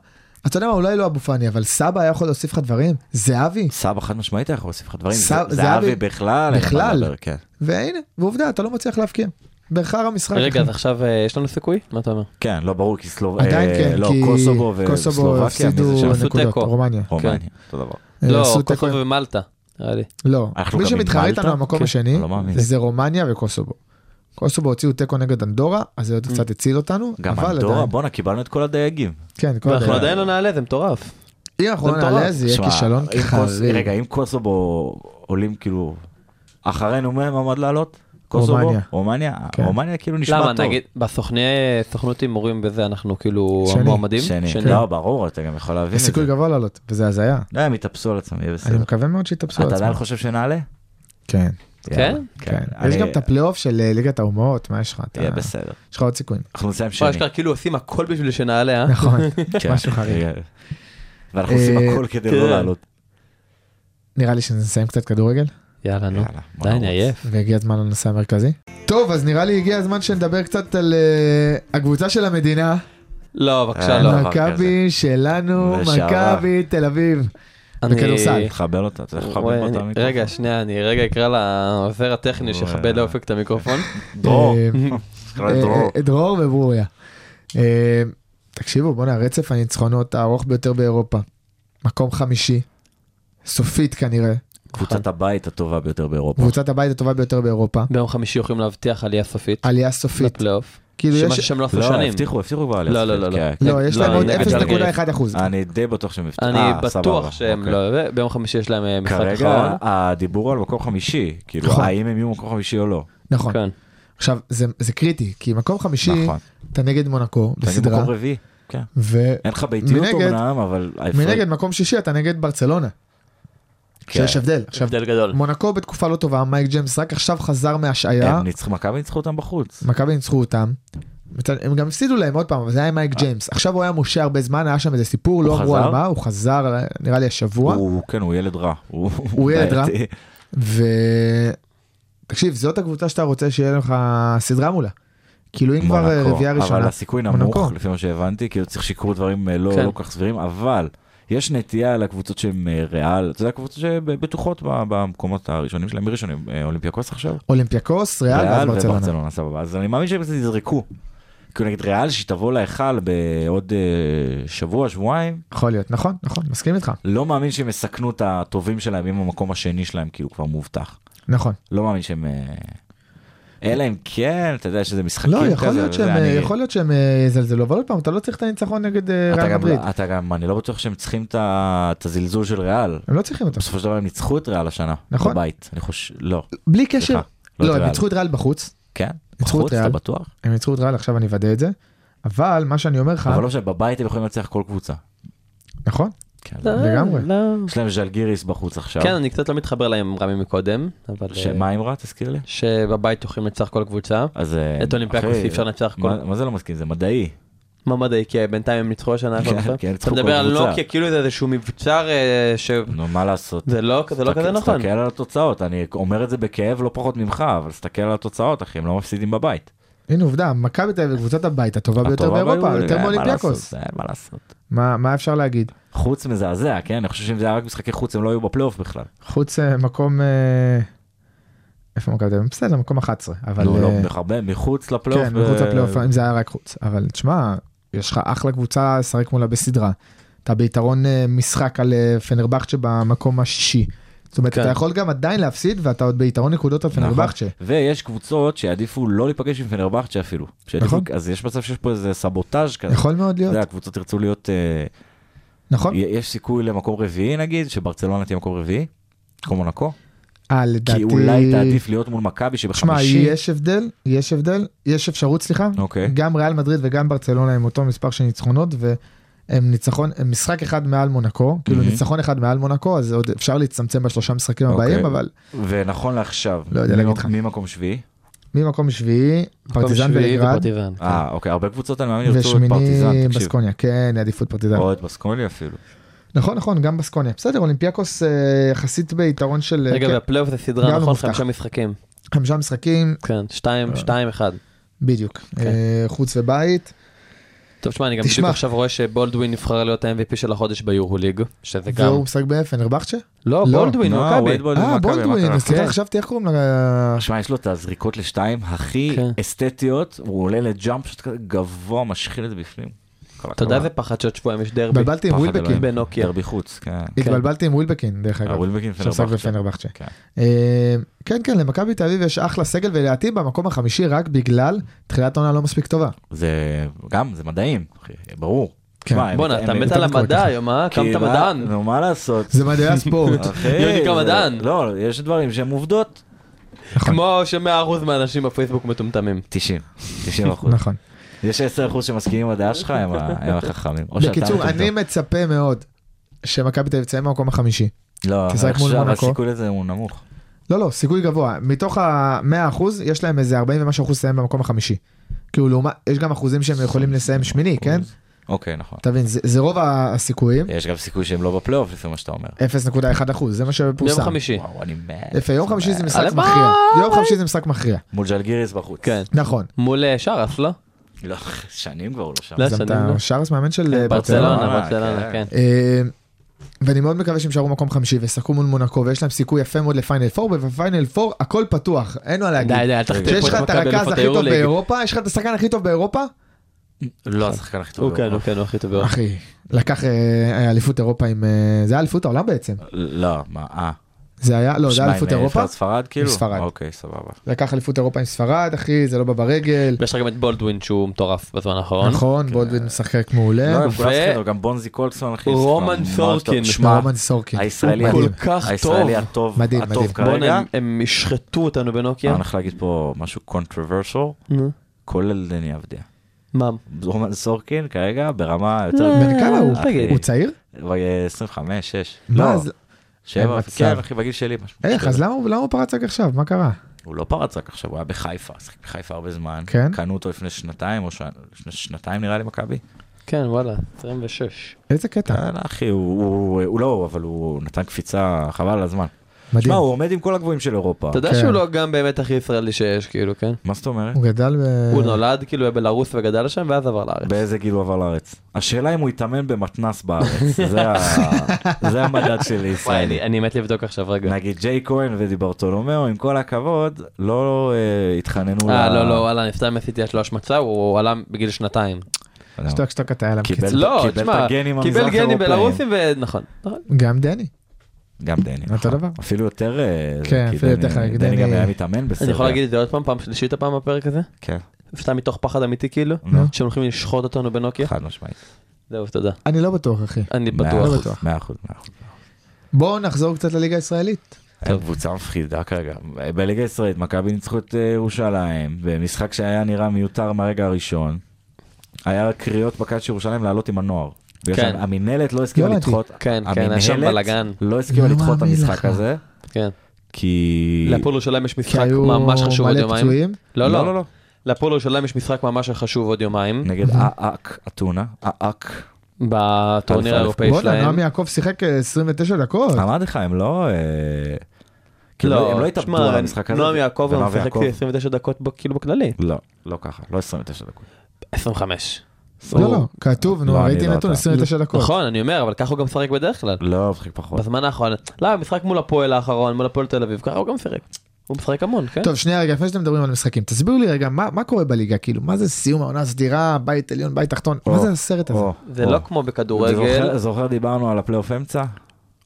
E: אתה יודע מה אולי לא אבו פאני אבל סבא היה יכול להוסיף לך דברים, זהבי,
F: סבא חד משמעית יכול להוסיף לך דברים.
E: ס-
F: זה-
E: זהבי-
F: זהבי בכלל. אין מה
E: בכלל.
F: לדבר, כן.
E: והנה, ועובדה אתה לא מצליח להבקיע. באחר המשחק.
G: רגע, אז עכשיו אה, יש לנו סיכוי? מה אתה אומר?
F: כן, לא ברור כי סלוב...
E: עדיין
F: אה,
E: כן,
F: לא,
E: כי
F: קוסובו
E: קוסובו
F: וסלובקיה, מי זה
E: הפסידו כן.
F: שם?
G: עשו
E: נקודות,
G: תיקו.
E: רומניה.
F: רומניה, אותו דבר.
G: לא,
E: עשו תיקו.
G: קוסובו ומלטה, נראה לי.
E: לא,
F: אנחנו
E: מי
F: גם עם
E: שמתחרה
F: מלטה?
E: איתנו במקום
F: כן.
E: השני
F: לא מאמין.
E: זה רומניה וקוסובו. קוסובו הוציאו תיקו נגד אנדורה, אז זה עוד קצת הציל אותנו,
F: Mm. גם
E: אבל
F: אנדורה,
E: עדיין,
F: בואנה, קיבלנו את כל הדייגים.
E: כן, כל
G: אנחנו
E: הדרך.
G: עדיין לא נעלה, זה מטורף.
E: אם אנחנו
G: זה
E: לא נעלה
G: מטורף.
E: זה יהיה
F: שמע,
E: כישלון
F: אם קוס-
E: חריג.
F: רגע, אם קוסובו עולים כאילו... אחרינו מי עמד לעלות? קוסובו?
E: רומניה.
F: רומניה?
E: כן.
F: רומניה כאילו נשמע טוב.
G: למה נגיד בסוכני סוכנות הימורים וזה אנחנו כאילו
E: שני.
G: המועמדים
F: שני.
E: כן.
G: שני.
F: לא, ברור, אתה גם יכול להבין
E: יש
F: את זה.
E: סיכוי גבוה לעלות, וזה הזיה.
F: לא, הם יתאפסו על עצמם, יהיה
E: אני
F: בסדר.
E: מקווה מאוד שיתאפסו על
F: אתה
E: עצמם.
F: עדיין חושב שנעלה?
E: כן,
G: כן?
F: יאללה,
E: כן.
F: אני-
E: יש גם את אה. הפלייאוף של אה, ליגת האומות, מה יש לך? אתה-
F: יהיה בסדר.
E: יש לך עוד סיכויים.
F: אנחנו נסיים
G: מה,
F: שני.
G: אשכרה כאילו עושים הכל בשביל שנעלה, אה?
E: נכון,
F: כן.
E: משהו חריג.
F: רגע. ואנחנו עושים
E: אה,
F: הכל כדי
G: כן.
F: לא לעלות.
E: נראה לי שנסיים קצת כדורגל,
G: יאללה נו.
F: יאללה, בוא
G: די
F: נרוץ.
G: אני עייף.
E: והגיע הזמן לנושא המרכזי. טוב, אז נראה לי הגיע הזמן שנדבר קצת על אה, הקבוצה של המדינה.
G: לא בבקשה
F: אה,
G: לא.
F: לא. דבר
E: מכבי שלנו,
F: לשעבר.
E: מכבי תל אביב.
G: אני-
E: בכדורסל.
F: תחבר אותה, אתה יכול
G: וואי,
F: לחבר אותה.
G: אני-
F: למיקרופון.
G: רגע שנייה אני רגע אקרא לעוזר הטכני
F: וואי.
G: שיכבד לאופק את המיקרופון.
F: דרור.
E: אה,
F: תקרא לדרור.
E: אה, דרור וברוריה. אה, תקשיבו, בואנה, רצף הניצחונות הארוך ביותר באירופה. מקום חמישי, סופית כנראה,
F: קבוצת הבית הטובה ביותר באירופה.
E: קבוצת הבית הטובה ביותר באירופה,
G: ביום חמישי יכולים להבטיח עלייה סופית.
E: עלייה סופית.
G: לפלייאוף.
E: כאילו
G: שמה
E: יש...
G: שהם לא עשו
F: לא,
G: שנים.
F: הבטיחו, הבטיחו כבר
G: לא, לא,
F: להספיק,
G: לא,
F: כן,
E: לא,
F: כן.
E: יש
G: לא,
E: להם
G: אני
E: עוד
G: נגד אלגריס.
E: 0.1 אחוז.
F: אני די בטוח שהם הבטיחו.
G: אני
F: אה, סבבה,
G: בטוח שהם
F: אוקיי.
G: לא... ביום חמישי יש להם אה, משחק
F: כרגע
G: אחרון.
F: הדיבור הוא על מקום חמישי, כאילו
E: נכון.
F: האם הם יהיו מקום חמישי או לא.
E: נכון.
G: כן.
E: עכשיו, זה- זה קריטי, כי מקום חמישי,
F: נכון.
E: אתה נגד מונקו
F: אתה נגיד
E: בסדרה,
F: מקום רביעי. כן. אין לך ביתיות
E: ומנגד,
F: אומנם, אבל...
E: מנגד מקום שישי אתה נגד ברצלונה,
F: כן.
E: שיש הבדל. עכשיו,
G: הבדל גדול.
E: מונקו בתקופה לא טובה, מייק ג'יימס רק עכשיו חזר מהשעיה,
F: הם ניצחו, מכבי ניצחו אותם בחוץ.
E: מכבי ניצחו אותם. מצד- הם גם הפסידו להם עוד פעם, אבל זה היה עם מייק ג'יימס. עכשיו הוא היה משה הרבה זמן, היה שם איזה סיפור, לא אמרו
F: חזר?
E: על מה, הוא חזר נראה לי השבוע,
F: הוא, כן, הוא ילד רע. הוא
E: הוא ילד רע.
F: בעייתי.
E: ו... תקשיב, זאת הקבוצה שאתה רוצה שיהיה לך סדרה מולה. כאילו אם כבר אה,
F: מונקו,
E: רביעייה
F: אבל
E: ראשונה,
F: הסיכוי נמוך,
E: מונקו.
F: לפי מה שהבנתי, כאילו צריך שיקרו דברים אה, לא
G: כן.
F: לא כל כך סבירים, אבל יש נטייה לקבוצות שהן אה, ריאל, אתה יודע, קבוצות שבטוחות ב- במקומות הראשונים שלהם, מי ראשונים? אה, אולימפיאקוס עכשיו?
E: אולימפיאקוס, ריאל ואז
F: ריאל
E: ברצלונה.
F: וברצלונה, סבבה. אז אני מאמין שהם קצת יזרקו. כאילו נגיד ריאל שהיא תבוא להיכל בעוד אה, שבוע, שבועיים,
E: יכול להיות, נכון, נכון, מסכים איתך,
F: לא מאמין שהם יסכנו את הטובים שלהם אם המקום השני שלהם כאילו כבר מובטח.
E: נכון.
F: לא מאמין שהם... אה, אלא אם כן, אתה יודע שזה משחקים
E: לא,
F: כזה.
E: יכול להיות
F: וזה,
E: שהם,
F: אני-
E: יכול להיות שהם אה, יזלזלו, אבל עוד פעם, אתה לא צריך את הניצחון נגד אה,
F: אתה
E: ריאל
F: גם,
E: מדריד.
F: אתה גם, אני לא בטוח שהם צריכים את ה- את הזלזול של ריאל.
E: הם לא צריכים אותו.
F: בסופו של דבר הם ניצחו את ריאל השנה.
E: נכון.
F: בבית, אני חושב, לא.
E: בלי קשר,
F: סליחה.
E: לא,
F: את
E: הם
F: ריאל.
E: ניצחו את ריאל בחוץ,
F: כן?
E: ניצחו את
F: בחוץ, אתה
E: ריאל.
F: בטוח?
E: הם ניצחו את ריאל, עכשיו אני אוודא את זה, אבל מה שאני אומר לך,
F: אבל לא משנה, בבית הם יכולים לנצח כל קבוצה.
E: נכון,
F: כן.
E: לגמרי.
G: לא.
F: יש להם ז'לגיריס בחוץ עכשיו.
G: כן, אני קצת לא מתחבר לאמרה מקודם, אבל... אה,
F: שמה האמרה? תזכיר לי.
G: שבבית יכולים לנצח כל קבוצה.
F: אז... אה,
G: את אולימפיאקוס
F: אחי,
G: אי אפשר לנצח כל-
F: מה- מה זה לא מסכים? זה מדעי.
G: מה מדעי, כי בינתיים הם ניצחו השנה.
F: כן,
G: אבל בסדר.
F: כן, ניצחו
G: אתה מדבר
F: כל
G: על
F: קבוצה.
G: נוקיה, כאילו זה איזשהו מבצר אה, ש...
F: נו, מה לעשות?
G: זה לא זה לא
F: תסתכל-
G: כזה נכון.
F: תסתכל על התוצאות, אני אומר את זה בכאב לא פחות ממך, אבל תסתכל על התוצאות, אחי, הם לא מפסידים בבית.
E: הנה עובדה, מכבי תל אביב קבוצת הבית הטובה ביותר
F: הטובה
E: באירופה,
F: ביורוליגה,
E: יותר
F: אין מה
E: מאולימפיאקוס.
F: לעשות, אין מה לעשות.
E: מה מה אפשר להגיד?
F: חוץ מזעזע, כן? אני חושב שאם זה היה רק משחקי חוץ, הם לא היו בפלייאוף בכלל.
E: חוץ אה, מקום, אה, איפה מכבי תל אביב? בסדר, מקום 11, אבל...
F: נו, לא,
E: אה,
F: מחרבן, מחוץ לפלייאוף.
E: כן, מחוץ
F: אה,
E: לפלייאוף, אם זה היה רק חוץ. אבל תשמע, יש לך אחלה קבוצה לשחק מולה בסדרה. אתה ביתרון אה, משחק על אה, פנרבכצ'ה במקום השישי. זאת אומרת,
G: כן.
E: אתה יכול גם עדיין להפסיד ואתה עוד ביתרון נקודות על
F: נכון.
E: פנרבכצ'ה.
F: ויש קבוצות שיעדיפו לא להיפגש עם פנרבכצ'ה אפילו. שיעדיפו-
E: נכון.
F: אז יש מצב שיש פה איזה סבוטאז' כזה.
E: יכול מאוד
F: אתה
E: להיות,
F: יודע, הקבוצות ירצו להיות, אה,
E: נכון?
F: י- יש סיכוי למקום רביעי נגיד, שברצלונה תהיה מקום רביעי, כמו מונקו,
E: אה,
F: כי
E: לדעתי...
F: אולי תעדיף להיות מול מכבי
E: שמע,
F: שבחמישי.
E: יש הבדל, יש הבדל, יש אפשרות, סליחה.
F: אוקיי.
E: גם ריאל מדריד וגם ברצלונה עם אותו מספר של ניצחונות, והם ניצחון, הם משחק אחד מעל מונקו, כאילו
F: מהמם.
E: ניצחון אחד מעל מונקו, אז עוד אפשר להצטמצם בשלושה משחקים הבאים,
F: אוקיי.
E: אבל
F: ונכון לעכשיו,
E: לא יודע
F: מי-
E: להגיד לך.
F: מי מקום שביעי?
E: ממקום שביעי, פרטיזן
G: מקום שביעי
E: ולגרד,
G: ופרטיזן, כן.
F: אה, אוקיי, הרבה קבוצות אני מאמין ירצו את פרטיזן,
E: ושמיני
F: תקשיב.
E: בסקוניה, כן, עדיפות פרטיזן.
F: או את בסקולי אפילו.
E: נכון, נכון, גם בסקוניה. בסדר, אולימפיאקוס אה, יחסית ביתרון של אה,
G: רגע,
E: כן,
G: והפלייאוף זה
E: גם
G: סדרה,
E: לא
G: נכון?
E: מובטח.
G: חמישה משחקים.
E: חמישה משחקים,
G: כן, שתיים, שתיים, אחד.
E: בדיוק,
G: כן.
E: אה, חוץ ובית.
G: טוב, תשמע, אני גם
E: תשמע.
G: בדיוק עכשיו רואה שבולדווין נבחר להיות ה-MVP של החודש ביורוליג, שזה גם...
E: והוא משחק בפנרבכצ'ה?
G: לא,
E: לא.
G: בולדווין,
F: לא,
G: מכבי.
F: וייד בולדווין,
E: אה,
F: מכבי,
E: בולדווין,
F: מכבי.
E: אז סליחה,
F: כן.
E: חשבתי איך קוראים לה...
F: שמע, יש לו את הזריקות לשתיים הכי
G: כן.
F: אסתטיות, הוא עולה לג'אמפ פשוט כזה גבוה, משחיל את זה בפנים. כל
G: אתה יודע
F: הכבוד.
G: איזה פחד שעוד שבועיים יש דרבי.
E: התבלבלתי עם
F: פחד
E: ווילבקין.
F: אלוהים.
G: בנוקיה.
F: דרבי חוץ, כן.
E: התבלבלתי עם ווילבקין, דרך אגב.
F: הווילבקין
E: שמשחק
F: פנרבכצ'ה.
E: בפנרבכצ'ה.
F: כן.
E: אה, כן, כן, למכבי תל אביב יש אחלה סגל, ולדעתי במקום החמישי רק בגלל תחילת העונה לא מספיק טובה.
F: זה גם, זה מדעים, אחי, ברור.
E: כן.
F: שמע, הם-
G: בואנה, אתה
F: הם-
G: מת
E: הם-
G: על המדע היום, אה?
F: כי
G: קמת
F: מה- לא.
G: מדען.
F: נו, מה לעשות?
E: זה מדעי הספורט.
F: אחי,
G: יוניקה
F: זה-
G: מדען.
F: לא, יש דברים שהם עובדות.
G: כמו שמאה אחוז מהאנשים בפייסבוק מטומטמים.
F: 90, 90 אחוז.
E: נכון.
F: יש 10 אחוז שמסכימים עם הדעה שלך, הם ה- הם החכמים. או שאתה
E: בקיצור,
F: מטומטם.
E: אני מצפה מאוד שמכבי תל אביב תסיים במקום החמישי.
F: לא,
E: תזרק מול
F: עכשיו
E: מונקו.
F: הסיכוי לזה הוא נמוך.
E: לא, לא, סיכוי גבוה. מתוך ה-100% יש להם איזה 40 ומשהו אחוז לסיים במקום החמישי. כאילו, לעומת, יש גם אחוזים שהם יכולים לסיים שמיני, כן?
F: אוקיי, נכון.
E: אתה מבין, זה זה רוב הסיכויים,
F: יש גם סיכוי שהם לא בפלייאוף לפי מה שאתה אומר.
E: 0.1 אחוז, זה מה
G: ביום
E: שפורסם.
G: חמישי.
F: וואו, אני מת.
E: יפה, יום חמישי זה משחק
G: הלוואי.
E: מכריע. יום חמישי זה משחק מכריע.
F: מול ז'לגיריס בחוץ.
G: כן.
E: נכון.
G: מול אה, שרף, לא?
F: לא, שנים כבר הוא לא שם.
G: לא,
E: אז
G: שנים,
E: אתה
G: לא.
E: שרס מאמן של אה, ברצלונה.
G: ברצלונה, ברצלונה,
F: אה,
G: כן.
E: אה, ואני מאוד מקווה שהם יישארו מקום חמישי וישחקו מול מונקו ויש להם סיכוי יפה מאוד לפיינל 4 ובפיינל 4 הכל פתוח אין מה להגיד.
G: די, די, אל תחטא
E: כשיש
G: פה
E: לך
G: את
E: את
G: מכבי
E: הרכז
G: אלופת
E: הכי טוב
G: היורוליג.
E: באירופה יש לך את השחקן הכי טוב באירופה
F: לא השחקן הכי טוב.
G: הוא כן,
F: באירופה.
G: הוא כן, הוא הכי טוב. באירופה.
E: אחי, לקח אה, אליפות אירופה עם... אה, זה היה אליפות העולם בעצם.
G: אוקיי.
F: לא, מה, אה.
E: זה היה, לא, זה היה
G: אה,
E: אליפות אירופה.
F: ספרד כאילו?
E: מספרד.
F: אוקיי, סבבה.
E: לקח אליפות אירופה עם ספרד, אחי, זה לא בא ברגל.
G: ויש לך גם את בולדווין שהוא מטורף בזמן האחרון.
E: נכון, בולדווין משחק מעולה.
F: לא, הם כולם
G: ו-
F: שחקנים, גם בונזי קולסון אחי. שחקן,
G: רומן סורקין.
F: ממש טוב.
E: מה,
F: שמע,
E: רומן סורקין.
F: הישראלי
E: הוא
G: כן. כל
E: מדהים.
G: כך טוב.
F: הישראלי הטוב,
E: מדהים, מדהים.
F: הטוב
G: בואנה,
F: כרגע.
G: הם- הם ישחטו אותנו בנוקיה.
F: אני הולך להגיד פה משהו controversial,
G: נו,
F: כולל דני עבדיה.
G: מה?
F: רומן סורקין כרגע ברמה יותר...
E: אה. בן כמה הוא?
F: אל אה, תגיד.
E: הוא צעיר?
F: הוא היה 25, 6.
E: מה
F: לא,
E: זה?
F: שבע,
E: מצב.
F: כן, אחי, בגיל שלי. משהו
E: איך,
F: כזה.
E: אז למה הוא למה הוא פרץ רק עכשיו? מה קרה?
F: הוא לא פרץ רק עכשיו, הוא היה בחיפה, שיחק בחיפה הרבה זמן.
E: כן?
F: קנו אותו לפני שנתיים, או ש- לפני שנתיים נראה לי, מכבי.
G: כן, וואלה, 26.
E: איזה קטע.
F: כן, אחי, הוא- הוא הוא לא, אבל הוא נתן קפיצה חבל על הזמן.
E: מדהים.
F: שמע, הוא עומד עם כל הגבוהים של אירופה.
G: אתה יודע
E: כן.
G: שהוא לא גם באמת הכי ישראלי שיש, כאילו, כן?
F: מה זאת אומרת?
E: הוא גדל ב...
G: הוא נולד כאילו בבלארוס וגדל שם, ואז עבר לארץ.
F: באיזה גיל הוא עבר לארץ? השאלה אם הוא התאמן במתנס בארץ, זה ה- זה המדד שלי,
G: וואי,
F: ישראלי.
G: אני- אני מת לבדוק עכשיו, רגע.
F: נגיד ג'יי כהן ודיברטולומיאו, עם כל הכבוד, לא אה, התחננו
G: אה,
F: ל-
G: לא, לא, וואלה, נפטר מסיטי, יש לו השמצה, הוא עלה בגיל שנתיים. אה,
F: אתה יודע.
E: שתוק שתוק אתה היה להם
F: קיבל-
E: קיצור.
G: לא,
F: קיבל את
G: תשמע,
F: הגנים
G: קיבל
F: המזרח
G: גנים
F: אירופאים.
G: בלרוסים, ונכון. נכון.
E: גם דני.
F: גם דני.
E: אותו
F: נכון.
E: דבר.
F: אפילו יותר, אה,
E: כן,
F: כי
E: אפילו
F: דני-
E: יותר חלק,
F: דני
E: דני-
F: גם היה מתאמן בסדר.
G: אני יכול להגיד את זה עוד פעם, פעם שלישית הפעם בפרק הזה?
F: כן,
G: סתם מתוך פחד אמיתי כאילו?
F: נו.
G: שהם הולכים לשחוט אותנו בנוקיה?
F: חד משמעית.
G: זהו, תודה.
E: אני לא בטוח, אחי.
G: אני
F: מאה
G: בטוח.
F: אחוז,
E: בטוח.
F: מאה אחוז, מאה אחוז.
E: בואו נחזור קצת לליגה הישראלית.
F: הם קבוצה מפחידה כרגע. בליגה הישראלית, מכבי ניצחו את אה, ירושלים, במשחק שהיה נראה מיותר מהרגע הראשון. היה קריאות בקיץ של ירושלים לעלות עם הנוער. בגלל
G: כן.
F: שהמינהלת לא הסכימה
E: לא הבנתי.
F: לדחות,
G: כן, כן, היה שם
F: המינהלת
G: בלאגן.
F: לא הסכימה
E: לא
F: לדחות את
E: מאמין
F: המשחק
E: לך.
F: הזה,
G: כן.
F: כי...
G: להפועל ירושלים יש
E: כי
G: משחק
E: היו
G: ממש חשוב עוד
E: מלא
G: יומיים.
E: פצועים.
G: לא,
F: לא,
G: לא. להפועל ירושלים יש משחק ממש חשוב עוד יומיים.
F: נגד
E: אוקיי.
F: האק, אתונה, האק.
G: בטורניר
F: אלף,
G: האירופאי
E: בואנה,
G: שלהם.
E: נועם יעקב שיחק אה, 29 דקות.
F: אמרתי לך, הם לא... אה, כאילו, הם לא התאבדו
G: תשמע,
F: על המשחק הזה.
G: נועם יעקב
F: ונועם
G: גם שיחקתי
F: יעקב-
G: 29 דקות ב- כאילו בכללי.
F: לא, לא ככה, לא 29 דקות.
G: 25.
E: לא, לא, כתוב, נו,
F: לא, אני
E: ראיתי
F: לא
E: נתון
F: אתה.
E: 29 דקות.
G: נכון, אני אומר, אבל ככה הוא גם משחק בדרך כלל.
F: לא, הוא משחק פחות.
G: בזמן האחרון. לא, המשחק מול הפועל האחרון, מול הפועל תל אביב, ככה הוא גם משחק. הוא משחק המון, כן?
E: טוב, שנייה רגע, לפני שאתם מדברים על משחקים, תסבירו לי רגע, מה מה קורה בליגה? כאילו, מה זה סיום העונה הסדירה, בית עליון, בית תחתון?
F: או,
E: מה זה הסרט הזה?
F: או,
G: זה
F: או.
G: לא כמו בכדורגל.
F: זוכר- זוכר דיברנו על הפלייאוף אמצע?